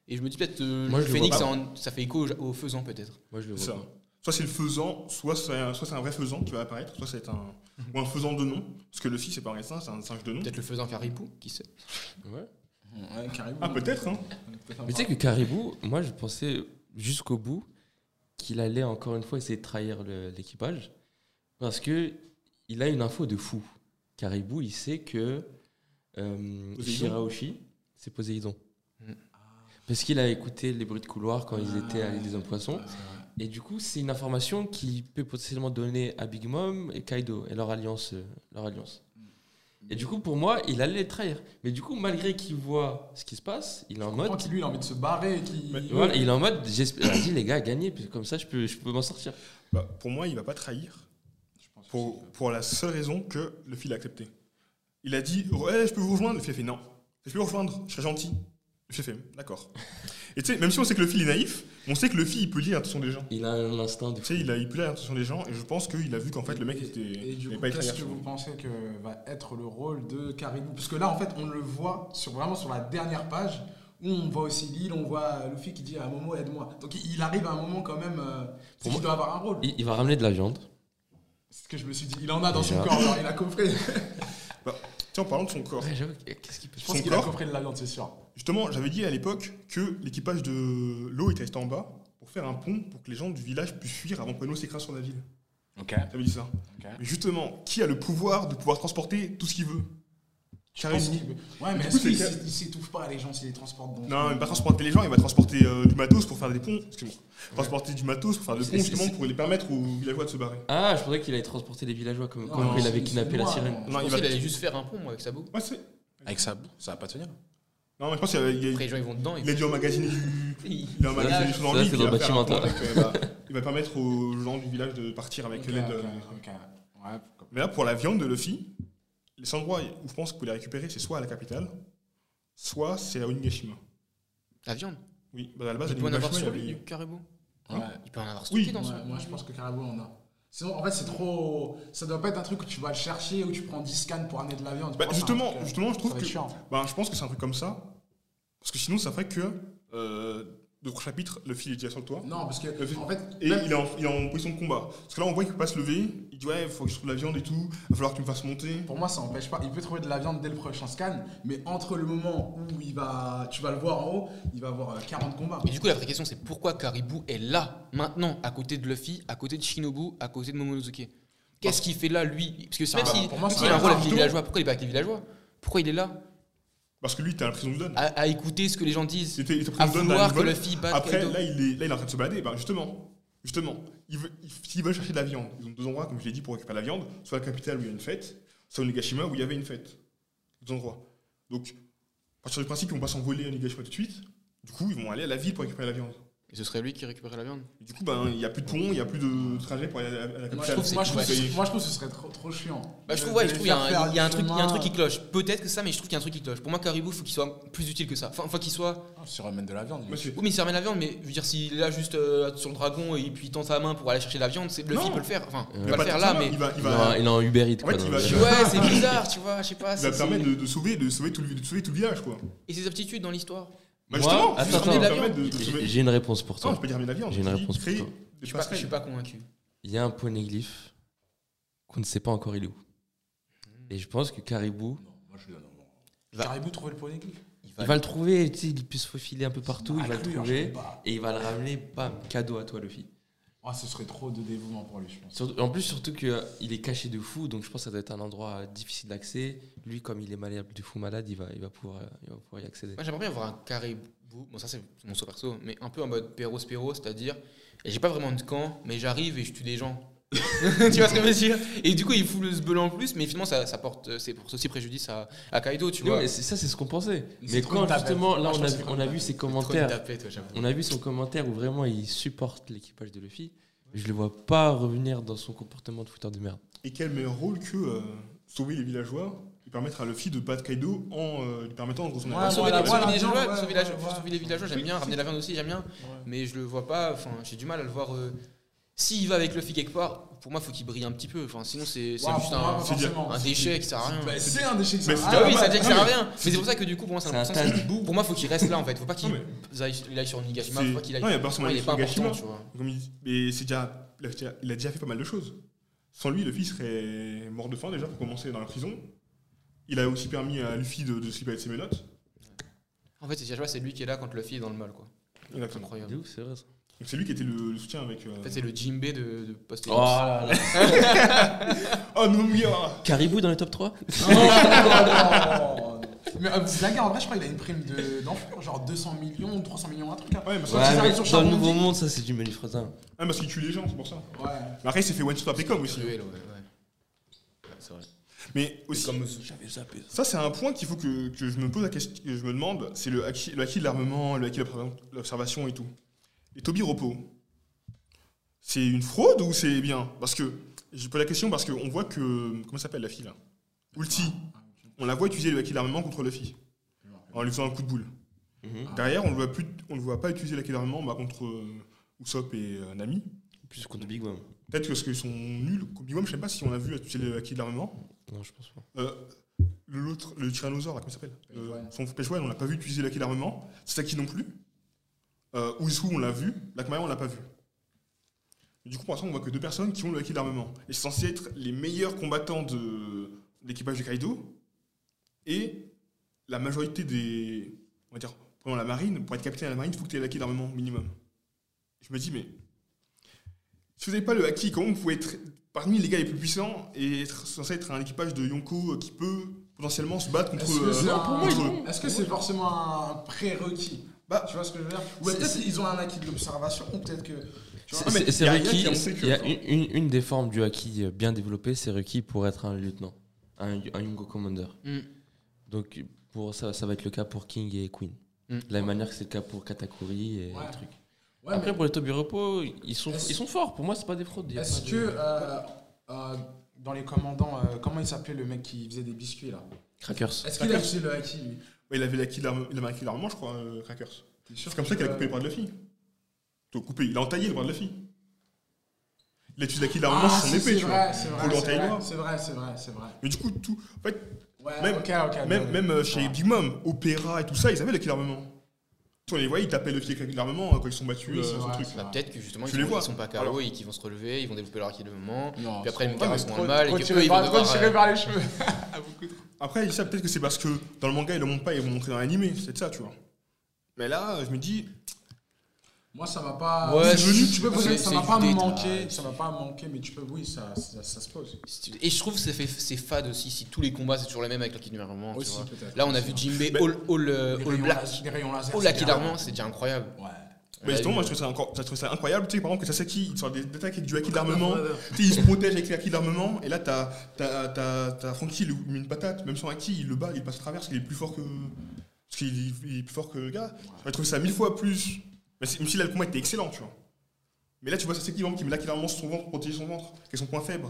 S4: Et je me dis peut-être euh,
S2: Moi,
S4: le
S2: je le
S4: phénix,
S2: vois
S4: ça, en- ça fait écho au, ja- au faisan peut-être.
S2: Moi, je le
S1: C'est
S2: vois.
S1: ça.
S2: pas.
S1: Soit c'est le faisan, soit c'est un, soit c'est un vrai faisan qui va apparaître, soit c'est un, ou un faisan de nom, parce que le fils c'est pas un vrai singe, c'est un singe de nom.
S4: Peut-être le faisan Karipu, qui sait.
S2: Ouais.
S1: Ah peut-être, hein.
S2: Mais tu sais que Caribou, moi je pensais jusqu'au bout qu'il allait encore une fois essayer de trahir le- l'équipage parce que il a une info de fou. Caribou, il sait que euh,
S1: Poséidon.
S2: Shiraoshi, c'est Poséidon.
S4: Mm.
S2: Parce qu'il a écouté les bruits de couloir quand ils étaient à l'île des hommes poissons.
S3: C'est vrai.
S2: Et du coup, c'est une information qu'il peut potentiellement donner à Big Mom et Kaido et leur alliance. euh, Leur alliance. Et du coup, pour moi, il allait les trahir. Mais du coup, malgré qu'il voit ce qui se passe, il est en
S3: Je
S2: mode.
S3: comprends qu'il lui, il a envie de se barrer et qu'il.
S1: Mais-
S2: Et Voilà, il est en mode, j'espère, [coughs] vas-y les gars, gagnez, parce que comme ça je peux, je peux m'en sortir.
S1: Bah, pour moi, il va pas trahir
S3: Je pense que
S1: pour, pour la seule raison que le fil a accepté. Il a dit Ouais, je peux vous rejoindre. Le fil a fait Non, je peux vous rejoindre, je serai gentil. Le fil a fait D'accord. Et tu sais, même si on sait que le fil est naïf, on sait que le fil il peut lire l'intention des gens.
S2: Il a un instinct de
S1: Tu sais, il, a, il peut lire l'intention des gens et je pense qu'il a vu qu'en fait le mec
S3: Et-
S1: était.
S3: Et
S1: il
S3: du
S1: allait
S3: coup,
S1: pas
S3: qu'est-ce
S1: trahir,
S3: que
S1: tu vois.
S3: vous pensez que va être le rôle de Caribou Parce que là, en fait, on le voit sur, vraiment sur la dernière page où on voit aussi l'île, on voit Luffy qui dit à Momo aide-moi. Donc il il arrive à un moment quand même. euh, c'est
S2: Pour
S3: qu'il doit avoir un rôle.
S2: Il, il va ramener de la viande.
S3: C'est ce que je me suis dit. Il en a dans son
S2: Déjà.
S3: corps, genre, il a coffré.
S1: Tiens, en parlant de son corps,
S2: Ouais, j'avoue, qu'est-ce qu'il peut
S3: Je
S1: Son
S3: pense qu'il a
S1: corps
S3: coffré de la viande, c'est sûr.
S1: justement, j'avais dit à l'époque que l'équipage de l'eau était resté en bas pour faire un pont pour que les gens du village puissent fuir avant que Wano s'écrase sur la ville.
S5: Ok.
S1: J'avais dit ça.
S5: Ok.
S1: Mais justement, qui a le pouvoir de pouvoir transporter tout ce qu'il veut
S3: Je pense
S1: Caribou.
S3: qu'il- Ah, Ouais, mais
S1: Du
S3: est-ce
S1: coup,
S3: qu'il
S1: c'est
S3: s'é- il s'étouffe pas les gens s'il les transporte dans
S1: Non, il va pas transporter les gens, il va transporter euh, du matos pour faire des ponts. Excuse-moi. Transporter du matos pour faire des
S2: C'est-
S1: ponts,
S2: c'est-
S1: justement,
S2: c'est-
S1: pour les permettre aux villageois de se barrer.
S2: Ah, je pensais qu'il allait transporter les villageois comme quand
S1: non,
S2: il avait kidnappé la sirène.
S1: Non,
S4: Il,
S1: il va.
S4: allait juste faire un pont moi, avec sa boue.
S1: Ouais, c'est-
S5: Avec sa boue, ça va pas tenir.
S1: non, mais je pense qu'il a, il a-
S4: Après, les gens ils vont dedans. et
S1: il a dû emmagasiner du.
S4: puis-
S1: Il a emmagasiné
S2: c'est-
S1: des choses en
S2: ça,
S1: ville.
S2: c'est
S1: Il
S2: dans
S1: va
S2: le
S1: faire un pont
S2: bâtiment,
S1: avec, euh, bah, il va permettre aux gens du village de partir avec
S3: Ok,
S1: l'aide.
S3: ok,
S1: euh,
S3: ok. Ouais, pourquoi
S1: Mais là, pour la viande de Luffy, les endroits où je pense que vous les récupérer, c'est soit à la capitale, soit c'est à Onigashima.
S4: [laughs] La viande.
S1: Oui, bah, à la base,
S4: Il peut en avoir
S1: Onigashima,
S4: sur
S1: il y
S4: lui,
S1: avait-
S4: du caribou.
S3: pas. Ouais.
S4: Il peut en avoir
S1: Oui,
S4: stocké dans son.
S3: Ouais, moi je pense que Caribou on a. Sinon, en fait, c'est trop. Ça doit pas être un truc où tu vas le chercher ou tu prends 10 scans pour amener de la viande.
S1: Bah,
S3: Franchement,
S1: justement,
S3: c'est un truc, euh,
S1: justement, je
S3: ça
S1: trouve
S3: va
S1: que
S3: être chiant.
S1: Bah, je pense que c'est un truc comme ça. Parce que sinon, ça ferait que euh, dans le chapitre, le fil est déjà sur le toit.
S3: Non, parce que,
S1: Le film.
S3: en fait,
S1: Et
S3: même-
S1: il est, en, il est en position de combat. Parce que là, on voit qu'il peut pas se lever. Il dit Ouais, il faut que je trouve la viande et tout. Il va falloir que tu me fasses monter.
S3: pour moi, ça empêche pas. Il peut trouver de la viande dès le prochain scan, mais entre le moment où il va, tu vas le voir en haut, il va avoir euh, 40 combats.
S4: Et du coup, la vraie question, c'est pourquoi Caribou est là, maintenant, à côté de Luffy, à côté de Shinobu, à côté de Momonosuke Qu'est-ce qu'il fait là, lui Parce que
S3: Ça,
S4: même
S3: pour moi,
S4: s'il
S3: c'est
S4: s'il a
S3: un
S4: un rôle
S1: retour.
S4: avec les villageois, pourquoi il est pas avec les villageois Pourquoi il est là
S1: Bah, Parce que lui, t'as l'impression de donne.
S4: à, à écouter ce que les gens disent,
S1: Il était, il était
S4: à
S1: prison de donne
S4: vouloir
S1: dans
S4: que
S1: une
S4: le
S1: bonne.
S4: fille batte
S1: Après,
S4: Kaido.
S1: là il, est, là, il est en train de se balader. Bah, justement, justement, ils veulent- ils- s'ils veulent chercher de la viande, ils ont deux endroits, comme je l'ai dit, pour récupérer la viande. Soit la capitale où il y a une fête, soit Onigashima où il y avait une fête. Deux endroits. Donc, à partir du principe qu'on va s'envoler à Onigashima tout de suite, du coup, ils vont aller à la ville pour récupérer la viande.
S4: Et ce serait lui qui récupérait la viande.
S1: Et du coup, ben, il n'y a plus de pont, il n'y a plus de trajet pour aller à la, à la
S3: Moi,
S1: capitale.
S3: je trouve, moi, je trouve-
S1: C'est-
S3: moi, je trouve que ce serait trop, trop chiant.
S4: Bah, je
S3: De-
S4: trouve, ouais,
S3: de
S4: je trouve
S3: les
S4: il y, a
S3: faire
S4: un-
S3: faire
S4: il y a un
S3: du
S4: truc, il y a un truc qui
S3: chemin.
S4: cloche. Peut-être que ça, mais je trouve qu'il y a un truc qui cloche. Pour moi, Caribou, faut qu'il soit plus utile que ça. Enfin, faut qu'il soit.
S5: Si on ramène de la viande.
S1: Monsieur.
S4: Oui, mais il se ramène la viande, mais je veux dire, s'il est là juste euh, sur le dragon et puis il tend sa main pour aller chercher la viande, c'est- le
S1: Non.
S4: fille peut le faire. Enfin,
S2: Il
S4: il
S1: Il va
S4: va le
S1: pas
S4: faire
S1: tout
S4: là,
S1: ça,
S4: mais.
S1: Il va, il
S2: Il a un-
S1: va,
S2: il a un Uber Eats,
S1: En
S2: quoi.
S1: fait, il
S2: dans
S1: va-
S2: le-
S1: il va-
S4: Ouais,
S1: [laughs]
S4: c'est bizarre, tu vois, je sais pas.
S1: il va
S4: c'est-
S1: permettre
S4: c'est-
S1: de, de sauver, de, sauver tout le, de sauver tout le village, quoi.
S4: Et ses aptitudes dans l'histoire
S1: Bah,
S2: Moi,
S1: justement,
S2: attends,
S1: justement,
S4: attends.
S1: il va permettre de, de sauver.
S2: J'ai j'ai une réponse pour
S1: Non, Ah, je
S2: toi.
S1: peux dire ramener la viande.
S2: J'ai une
S1: Je dis,
S2: réponse pour
S1: créer
S2: toi.
S1: des
S4: je suis, pas, je
S1: passerelles.
S4: suis pas convaincu.
S2: Il y a un poneglyphe qu'on ne sait pas encore il est où.
S3: Hmm.
S2: Et je pense que Caribou,
S5: Non, moi je le donne. non.
S4: Va-
S3: Caribou trouver le poney
S2: il va le trouver, tu sais, il peut se faufiler un peu partout, il va le
S3: Inclure, hein, je sais
S2: trouver
S3: pas.
S2: et il va le ramener, bam, cadeau à toi, Luffy.
S3: Ah, ce serait trop de dévouement pour lui, je pense.
S2: Surtout- en plus, surtout qu'il est caché de fou, donc je pense que ça doit être un endroit euh, difficile d'accès. Lui, comme il est malade de fou malade, il va, il va, pouvoir, euh, il va pouvoir y accéder.
S4: Moi, j'aimerais bien avoir un caribou. Bon, ça, c'est mon saut perso, mais un peu en mode Perros Perros, c'est-à-dire, et j'ai pas vraiment de camp, mais j'arrive et je tue des gens. [laughs] tu vois ce que je veux dire Et du coup, il fout le sbel en plus, mais finalement, ça, ça porte, euh, c'est pour ceci préjudice à, à Kaido, tu
S2: Non,
S4: vois.
S2: mais c'est- ça, c'est ce qu'on pensait.
S3: C'est
S2: Mais
S3: trop une
S2: quand
S3: tapette.
S2: justement, là,
S3: Moi, je
S2: on a,
S3: pense
S2: vu-
S3: que
S2: on a vu ses commentaires,
S4: tapé, toi, j'avoue.
S2: on a vu son commentaire où vraiment il supporte l'équipage de Luffy. Je le vois pas revenir dans son comportement de fouteur de merde.
S1: Et quel meilleur rôle que euh, sauver les villageois et permettre à Luffy de battre Kaido en euh, lui permettant de retourner à
S3: Ouais,
S1: la
S4: Sauver
S3: Ah, voilà,
S4: les- sauver
S3: voilà,
S4: les
S3: non, ouais,
S4: villageois, sauver la-
S3: ouais,
S4: sauver les villageois, j'aime bien, ramener la viande aussi, j'aime bien, mais je le vois pas, enfin, j'ai du mal à le voir. euh, S'il va avec Luffy quelque part, pour moi, faut qu'il brille un petit peu, enfin, sinon, c'est c'est
S3: Ouais,
S4: juste
S3: pour moi,
S4: un,
S3: pas
S1: c'est dire-
S3: forcément.
S4: un déchet qui sert à rien.
S3: Bah, C'est un déchet.
S1: Mais
S4: Ah,
S1: Ah,
S4: oui,
S1: bah,
S4: ça veut dire que
S1: non,
S4: ça
S1: mais-
S4: revient. Mais c'est pour ça que du coup, pour moi, c'est
S2: C'est
S4: un
S2: un
S4: sens. Pour moi, faut qu'il reste là en fait. Faut pas qu'il
S1: Non,
S4: aille il aille sur Nigashima.
S1: C'est-
S4: Faut pas qu'il aille.
S1: Non, il y a
S4: Pour
S1: personne
S4: moi, il est pas important,
S1: Nagashima.
S4: tu vois.
S1: Comme il dit. Mais c'est déjà, il a déjà- il a déjà fait pas mal de choses. Sans lui, Luffy serait mort de faim déjà pour commencer dans la prison. Il a aussi permis à Luffy de, de se libérer de ses menottes.
S4: En fait, Nigashima, c'est lui qui est là quand Luffy est dans le mal, quoi. C'est
S1: Exactement.
S4: incroyable.
S2: De ouf, c'est vrai ça.
S1: Donc c'est lui qui était le, le soutien avec. euh,
S4: En fait, c'est le Jimbe de, de Post
S2: Oh là là.
S1: Oh non, oui, ah
S2: Caribou dans les top [laughs] 3
S3: Ah, Non, non, non, non. Mais euh, Zagger, en vrai, je crois qu'il a une prime de- d'enfant, genre 200 millions ou 300 millions, un truc là.
S1: Ouais, parce que-
S3: Ouais, mais
S2: Dans le nouveau monde, ça, c'est du malifrotin.
S1: Ah, parce qu'il tue les gens, c'est pour ça.
S3: Ouais.
S1: Mais Après, il s'est fait one shot après comme aussi.
S4: ouais. ouais. Ouais, C'est vrai.
S1: Mais aussi.
S5: J'avais zappé ça.
S1: Ça, c'est un point qu'il faut que, que je me pose la question, que je me demande, c'est le acquis, le acquis de l'armement, le acquis de la- l'observation et tout. Et Toby Repos, c'est une fraude ou c'est bien Parce que, je pose la question parce qu'on voit que, comment s'appelle la fille là Ulti, on la voit utiliser le acquis de l'armement contre Luffy, en lui faisant un coup de boule. Derrière, on ne voit, plus- on le voit pas utiliser l'acquis de l'armement bah, contre euh, Usopp et euh, Nami.
S2: Plus contre Big Mom.
S1: Peut-être parce qu'ils sont nuls. Big Mom, je sais pas si on l'a vu utiliser le acquis de l'armement.
S2: Non, je pense pas.
S1: Euh, L'autre, le tyrannosaure, là, comment il s'appelle Euh,
S3: Peshwan.
S1: Son Peshwan, on l'a pas vu utiliser l'acquis d'armement. Saki non plus. Euh, Usu, on l'a vu. Lakmaya, on l'a pas vu. Du coup, pour l'instant, on voit que deux personnes qui ont le acquis d'armement. Et c'est censé être les meilleurs combattants de l'équipage de Kaido. Et la majorité des. On va dire, pendant la marine, pour être capitaine à la marine, il faut que tu aies l'acquis d'armement minimum. Je me dis, mais. Si vous n'avez pas le acquis, comment vous pouvez être parmi les gars les plus puissants et être censé être un équipage de Yonko euh, qui peut potentiellement se battre contre.
S3: Est-ce que
S1: euh,
S3: c'est
S1: contre-
S3: un- est-ce que c'est forcément un prérequis
S1: Bah,
S3: Tu vois ce que je veux dire Ou
S1: c'est-
S3: peut-être
S1: c'est-
S3: ils ont un acquis de l'observation, ou peut-être que. tu
S2: C'est-
S3: vois.
S1: mais
S2: C'est c'est
S1: y a rien
S2: requis.
S1: qui en sait que-
S2: Il y a une, une- une des formes du haki euh, bien développée, c'est requis pour être un lieutenant, un, un Yungo Commander.
S4: Mm.
S2: Donc pour ça, ça va être le cas pour King et Queen.
S4: Mm.
S2: De la même manière que c'est le cas pour Katakuri et
S3: Ouais.
S2: truc.
S3: Ouais,
S2: Après pour les Toby Repos, ils sont,
S3: Est-ce-
S2: ils sont forts. Pour moi, c'est pas des fraudes. y a
S3: Est-ce
S2: pas de-
S3: que euh, euh, dans les commandants, euh, comment il s'appelait le mec qui faisait des biscuits là
S2: Crackers.
S3: Est-ce qu'il a utilisé le haki lui
S1: Ouais, il avait l'acquis d'arme- il avait l'acquis d'armement, je crois, euh, Crackers.
S3: T'es sûr
S1: C'est comme
S3: que,
S1: ça qu'il a
S3: euh,
S1: coupé le bras de la fille. Donc, coupé, il a entaillé le bras de la fille. Il a utilisé l'acquis d'armement
S3: Ah,
S1: sur son
S3: si,
S1: épée,
S3: c'est
S1: tu vois.
S3: vrai, c'est
S1: Faut
S3: vrai,
S1: le
S3: c'est
S1: retailler,
S3: vrai,
S1: moi.
S3: c'est vrai, c'est vrai, c'est vrai.
S1: Mais du coup, tout. En fait,
S3: Ouais,
S1: Même-
S3: ok, ok.
S1: même,
S3: bien,
S1: même
S3: bien.
S1: euh, chez Big Mom, Opéra et tout ça, ils avaient l'acquis d'armement. Tu vois, on les voyait, ils tapaient le pied avec l'acquis d'armement euh, quand ils sont battus
S3: Oui,
S1: euh,
S3: c'est
S1: sur le
S3: vrai,
S1: truc.
S3: c'est
S4: Bah, peut-être que justement,
S1: Tu
S4: ils
S1: les
S4: sont,
S1: vois.
S4: ils sont pas KO et qu'ils vont se relever, ils vont développer leur acquis de moment.
S3: Non,
S4: Puis après, ils vont
S3: Ouais, mais
S4: carrément dans
S3: trop-
S4: le mal et
S3: trop
S4: que
S3: tiré
S4: eux, ils
S3: par-
S4: vont
S3: trop
S4: devoir.
S3: tiré
S4: euh,
S3: par les cheveux.
S1: Après, ça, peut-être que c'est parce que dans le manga, ils le montrent pas, ils vont montrer dans l'animé. C'est de ça, tu vois. Mais là, je me dis,
S3: Moi, ça m'a pas.
S4: Ouais,
S3: C'est
S4: c'est
S3: venu,
S4: du-
S3: tu peux poser que
S4: c'est-
S3: ça
S4: c'est
S3: m'a
S4: du
S3: pas
S4: détail.
S3: manqué. Ça m'a pas manqué, mais tu peux. Oui, ça, ça, ça se pose.
S4: Et je trouve que ça fait- c'est fade aussi si tous les combats c'est toujours les mêmes avec la kit numéro 1.
S3: Aussi, peut-être.
S4: Là, on a vu Jimbei
S1: Mais-
S4: all, all, euh,
S3: Les
S4: all
S3: rayons
S4: black,
S3: laser- les rayons laser.
S4: all
S3: c'est
S4: la kit
S3: grave.
S4: d'argent, c'est déjà incroyable.
S3: Ouais.
S4: On
S1: Mais
S4: l'a
S1: justement,
S4: vu.
S1: moi je trouve ça, encore, je trouve ça incroyable, tu sais, par exemple, que Sasaki, il sort des, des attaques avec du haki d'armement, tu sais, il se protège avec l'acquis d'armement, et là, t'as, t'as, t'as, t'as Frankie, il lui met une patate, même sans acquis, il le bat, il passe à travers, parce qu'il est plus fort que. Parce qu'il est- il est plus fort que le gars. Je trouve ça mille fois plus. Mais c'est- Même si là, le combat était excellent, tu vois. Mais là, tu vois Sasaki, vraiment, qui met l'acquis d'armement sur son ventre pour protéger son ventre, qui est son point faible.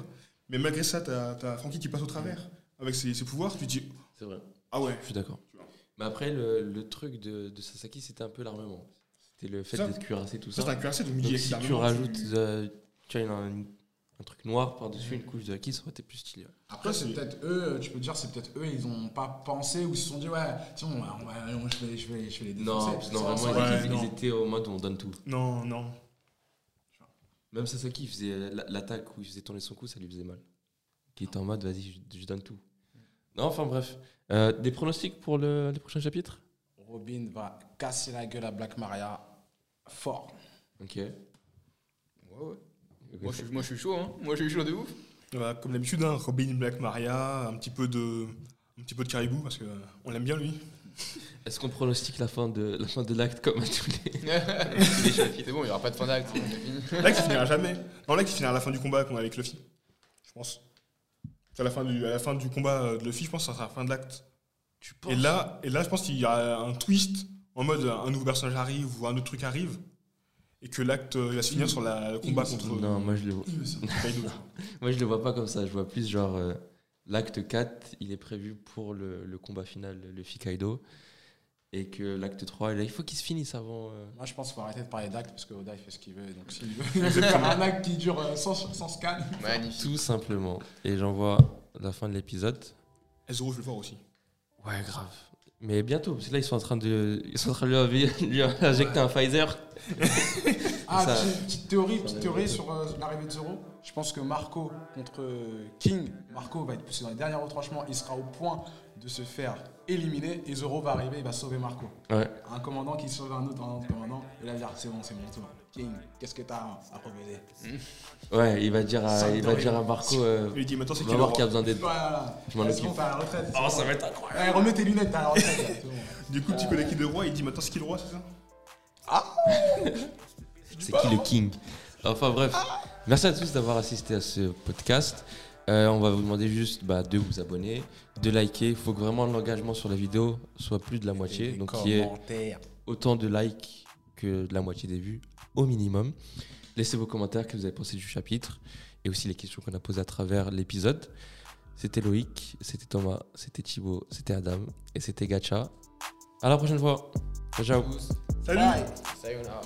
S1: Mais malgré ça, t'as, t'as Frankie qui passe au travers, avec ses, ses pouvoirs, tu te dis,
S2: C'est vrai.
S1: ah ouais.
S2: Je suis d'accord.
S1: Tu vois.
S2: Mais après, le, le truc de, de Sasaki, c'était un peu l'armement. C'était le fait
S1: Ça.
S2: d'être cuirassé, tout
S1: Ça,
S2: ça.
S1: c'est un cuirassé, donc, il dit
S2: Donc,
S1: acquis
S2: si tu
S1: d'armement,
S2: rajoutes euh, tu vois, un, un truc noir par-dessus
S1: Mm.
S2: une couche de haki, ça aurait été plus stylé.
S3: Après, c'est
S1: c'est-
S3: peut-être eux, tu peux te dire, c'est peut-être eux, ils ont pas pensé ou ils se sont dit, ouais, tiens, on va- on va- on- je, vais, je, vais, je vais les défoncer.
S2: Non,
S3: Ça,
S2: non
S3: ça,
S2: vraiment,
S1: ouais,
S2: ils, ils
S1: non.
S2: étaient au mode on donne tout.
S1: Non, non.
S2: Même Sasaki, il faisait la- l'attaque où il faisait tourner son cou, ça lui faisait mal. Qui était en mode, vas-y, je, je donne tout. Non, enfin bref. Euh, des pronostics pour le, les prochains chapitres
S3: Robin va casser la gueule à Black Maria fort.
S2: Ok.
S4: Ouais, ouais.
S2: Ok,
S4: Moi, je, suis- moi, je suis chaud, hein. Moi, je suis chaud de ouf.
S1: Voilà, comme d'habitude, hein, Robin, Black Maria, un petit peu de, un petit peu de caribou parce que euh, on l'aime bien lui.
S2: Est-ce qu'on pronostique la fin de la fin de l'acte comme à tous les
S4: Il est chaud, c'est bon, il n'y aura pas de fin d'acte. c'est fini.
S1: Là qui finira jamais. Non, là qui finira à la fin du combat qu'on a avec Luffy, je pense. À la fin du, à la fin du combat euh, de Luffy, je pense que ça sera la fin de l'acte.
S2: Tu
S1: Et là, et là, je pense qu'il y a un twist en mode un nouveau personnage arrive ou un autre truc arrive et que l'acte euh, il va se finir sur la, le combat contre
S2: [laughs]
S1: euh,
S2: Non, moi je le vois.
S3: Il me semble.
S2: [laughs]
S1: Kaido.
S2: Moi, je le vois pas comme ça. Je vois plus genre euh, l'acte 4, il est prévu pour le, le combat final, le Fikaido. Et que l'acte 3, là, il faut qu'il se finisse avant. euh.
S3: Moi, je pense qu'il faut arrêter de parler d'acte parce que Oda, il fait ce qu'il veut. Donc, s'il veut faire un acte qui dure euh, sans, sans scan,
S4: Magnifique.
S2: Tout simplement. Et j'envoie la fin de l'épisode.
S1: Zoro, je veux le voir aussi.
S2: Ouais, Ah, grave. Mais bientôt, parce que là, ils sont en train de, ils sont en train de lui, invi- [laughs] lui injecter un Pfizer.
S3: Ah,
S2: Ça-
S3: petite, petite théorie, petite théorie sur euh, l'arrivée de Zoro. Je pense que Marco contre euh, King, Marco va être poussé dans les derniers retranchements. Il sera au point de se faire éliminer et Zoro va arriver, il va sauver Marco.
S2: Ouais.
S3: Un commandant qui sauve un autre, un autre commandant. Et là, il va dire c'est bon, c'est mon tour. King, qu'est-ce que t'as hein, à proposer
S2: Ouais, il va dire à, il va
S3: Santori.
S2: dire à Marco, euh,
S1: Il lui dit maintenant c'est
S2: on
S1: qui
S2: va
S1: le
S2: voir qu'il a
S1: roi
S2: besoin d'aide.
S3: Voilà,
S2: Je m'en
S3: C'est bon,
S2: occupe.
S3: t'as la retraite.
S2: Oh, ça va être incroyable.
S3: Ouais, remets tes lunettes, t'as la retraite.
S2: [laughs]
S3: c'est bon.
S1: Du coup, tu connais qui le roi, il dit maintenant c'est qui le roi, c'est ça
S2: C'est qui le king Enfin bref, merci à tous d'avoir assisté à ce podcast. Euh, on va vous demander juste bah, de vous abonner, de liker. Il faut que vraiment l'engagement sur la vidéo soit plus de la moitié. Donc il y ait autant de likes que de la moitié des vues au minimum. Laissez vos commentaires que vous avez pensé du chapitre et aussi les questions qu'on a posées à travers l'épisode. C'était Loïc, c'était Thomas, c'était Thibaut, c'était Adam et c'était Gacha. À la prochaine fois. Ciao. ciao.
S1: Salut
S3: Bye.
S4: Sayonara.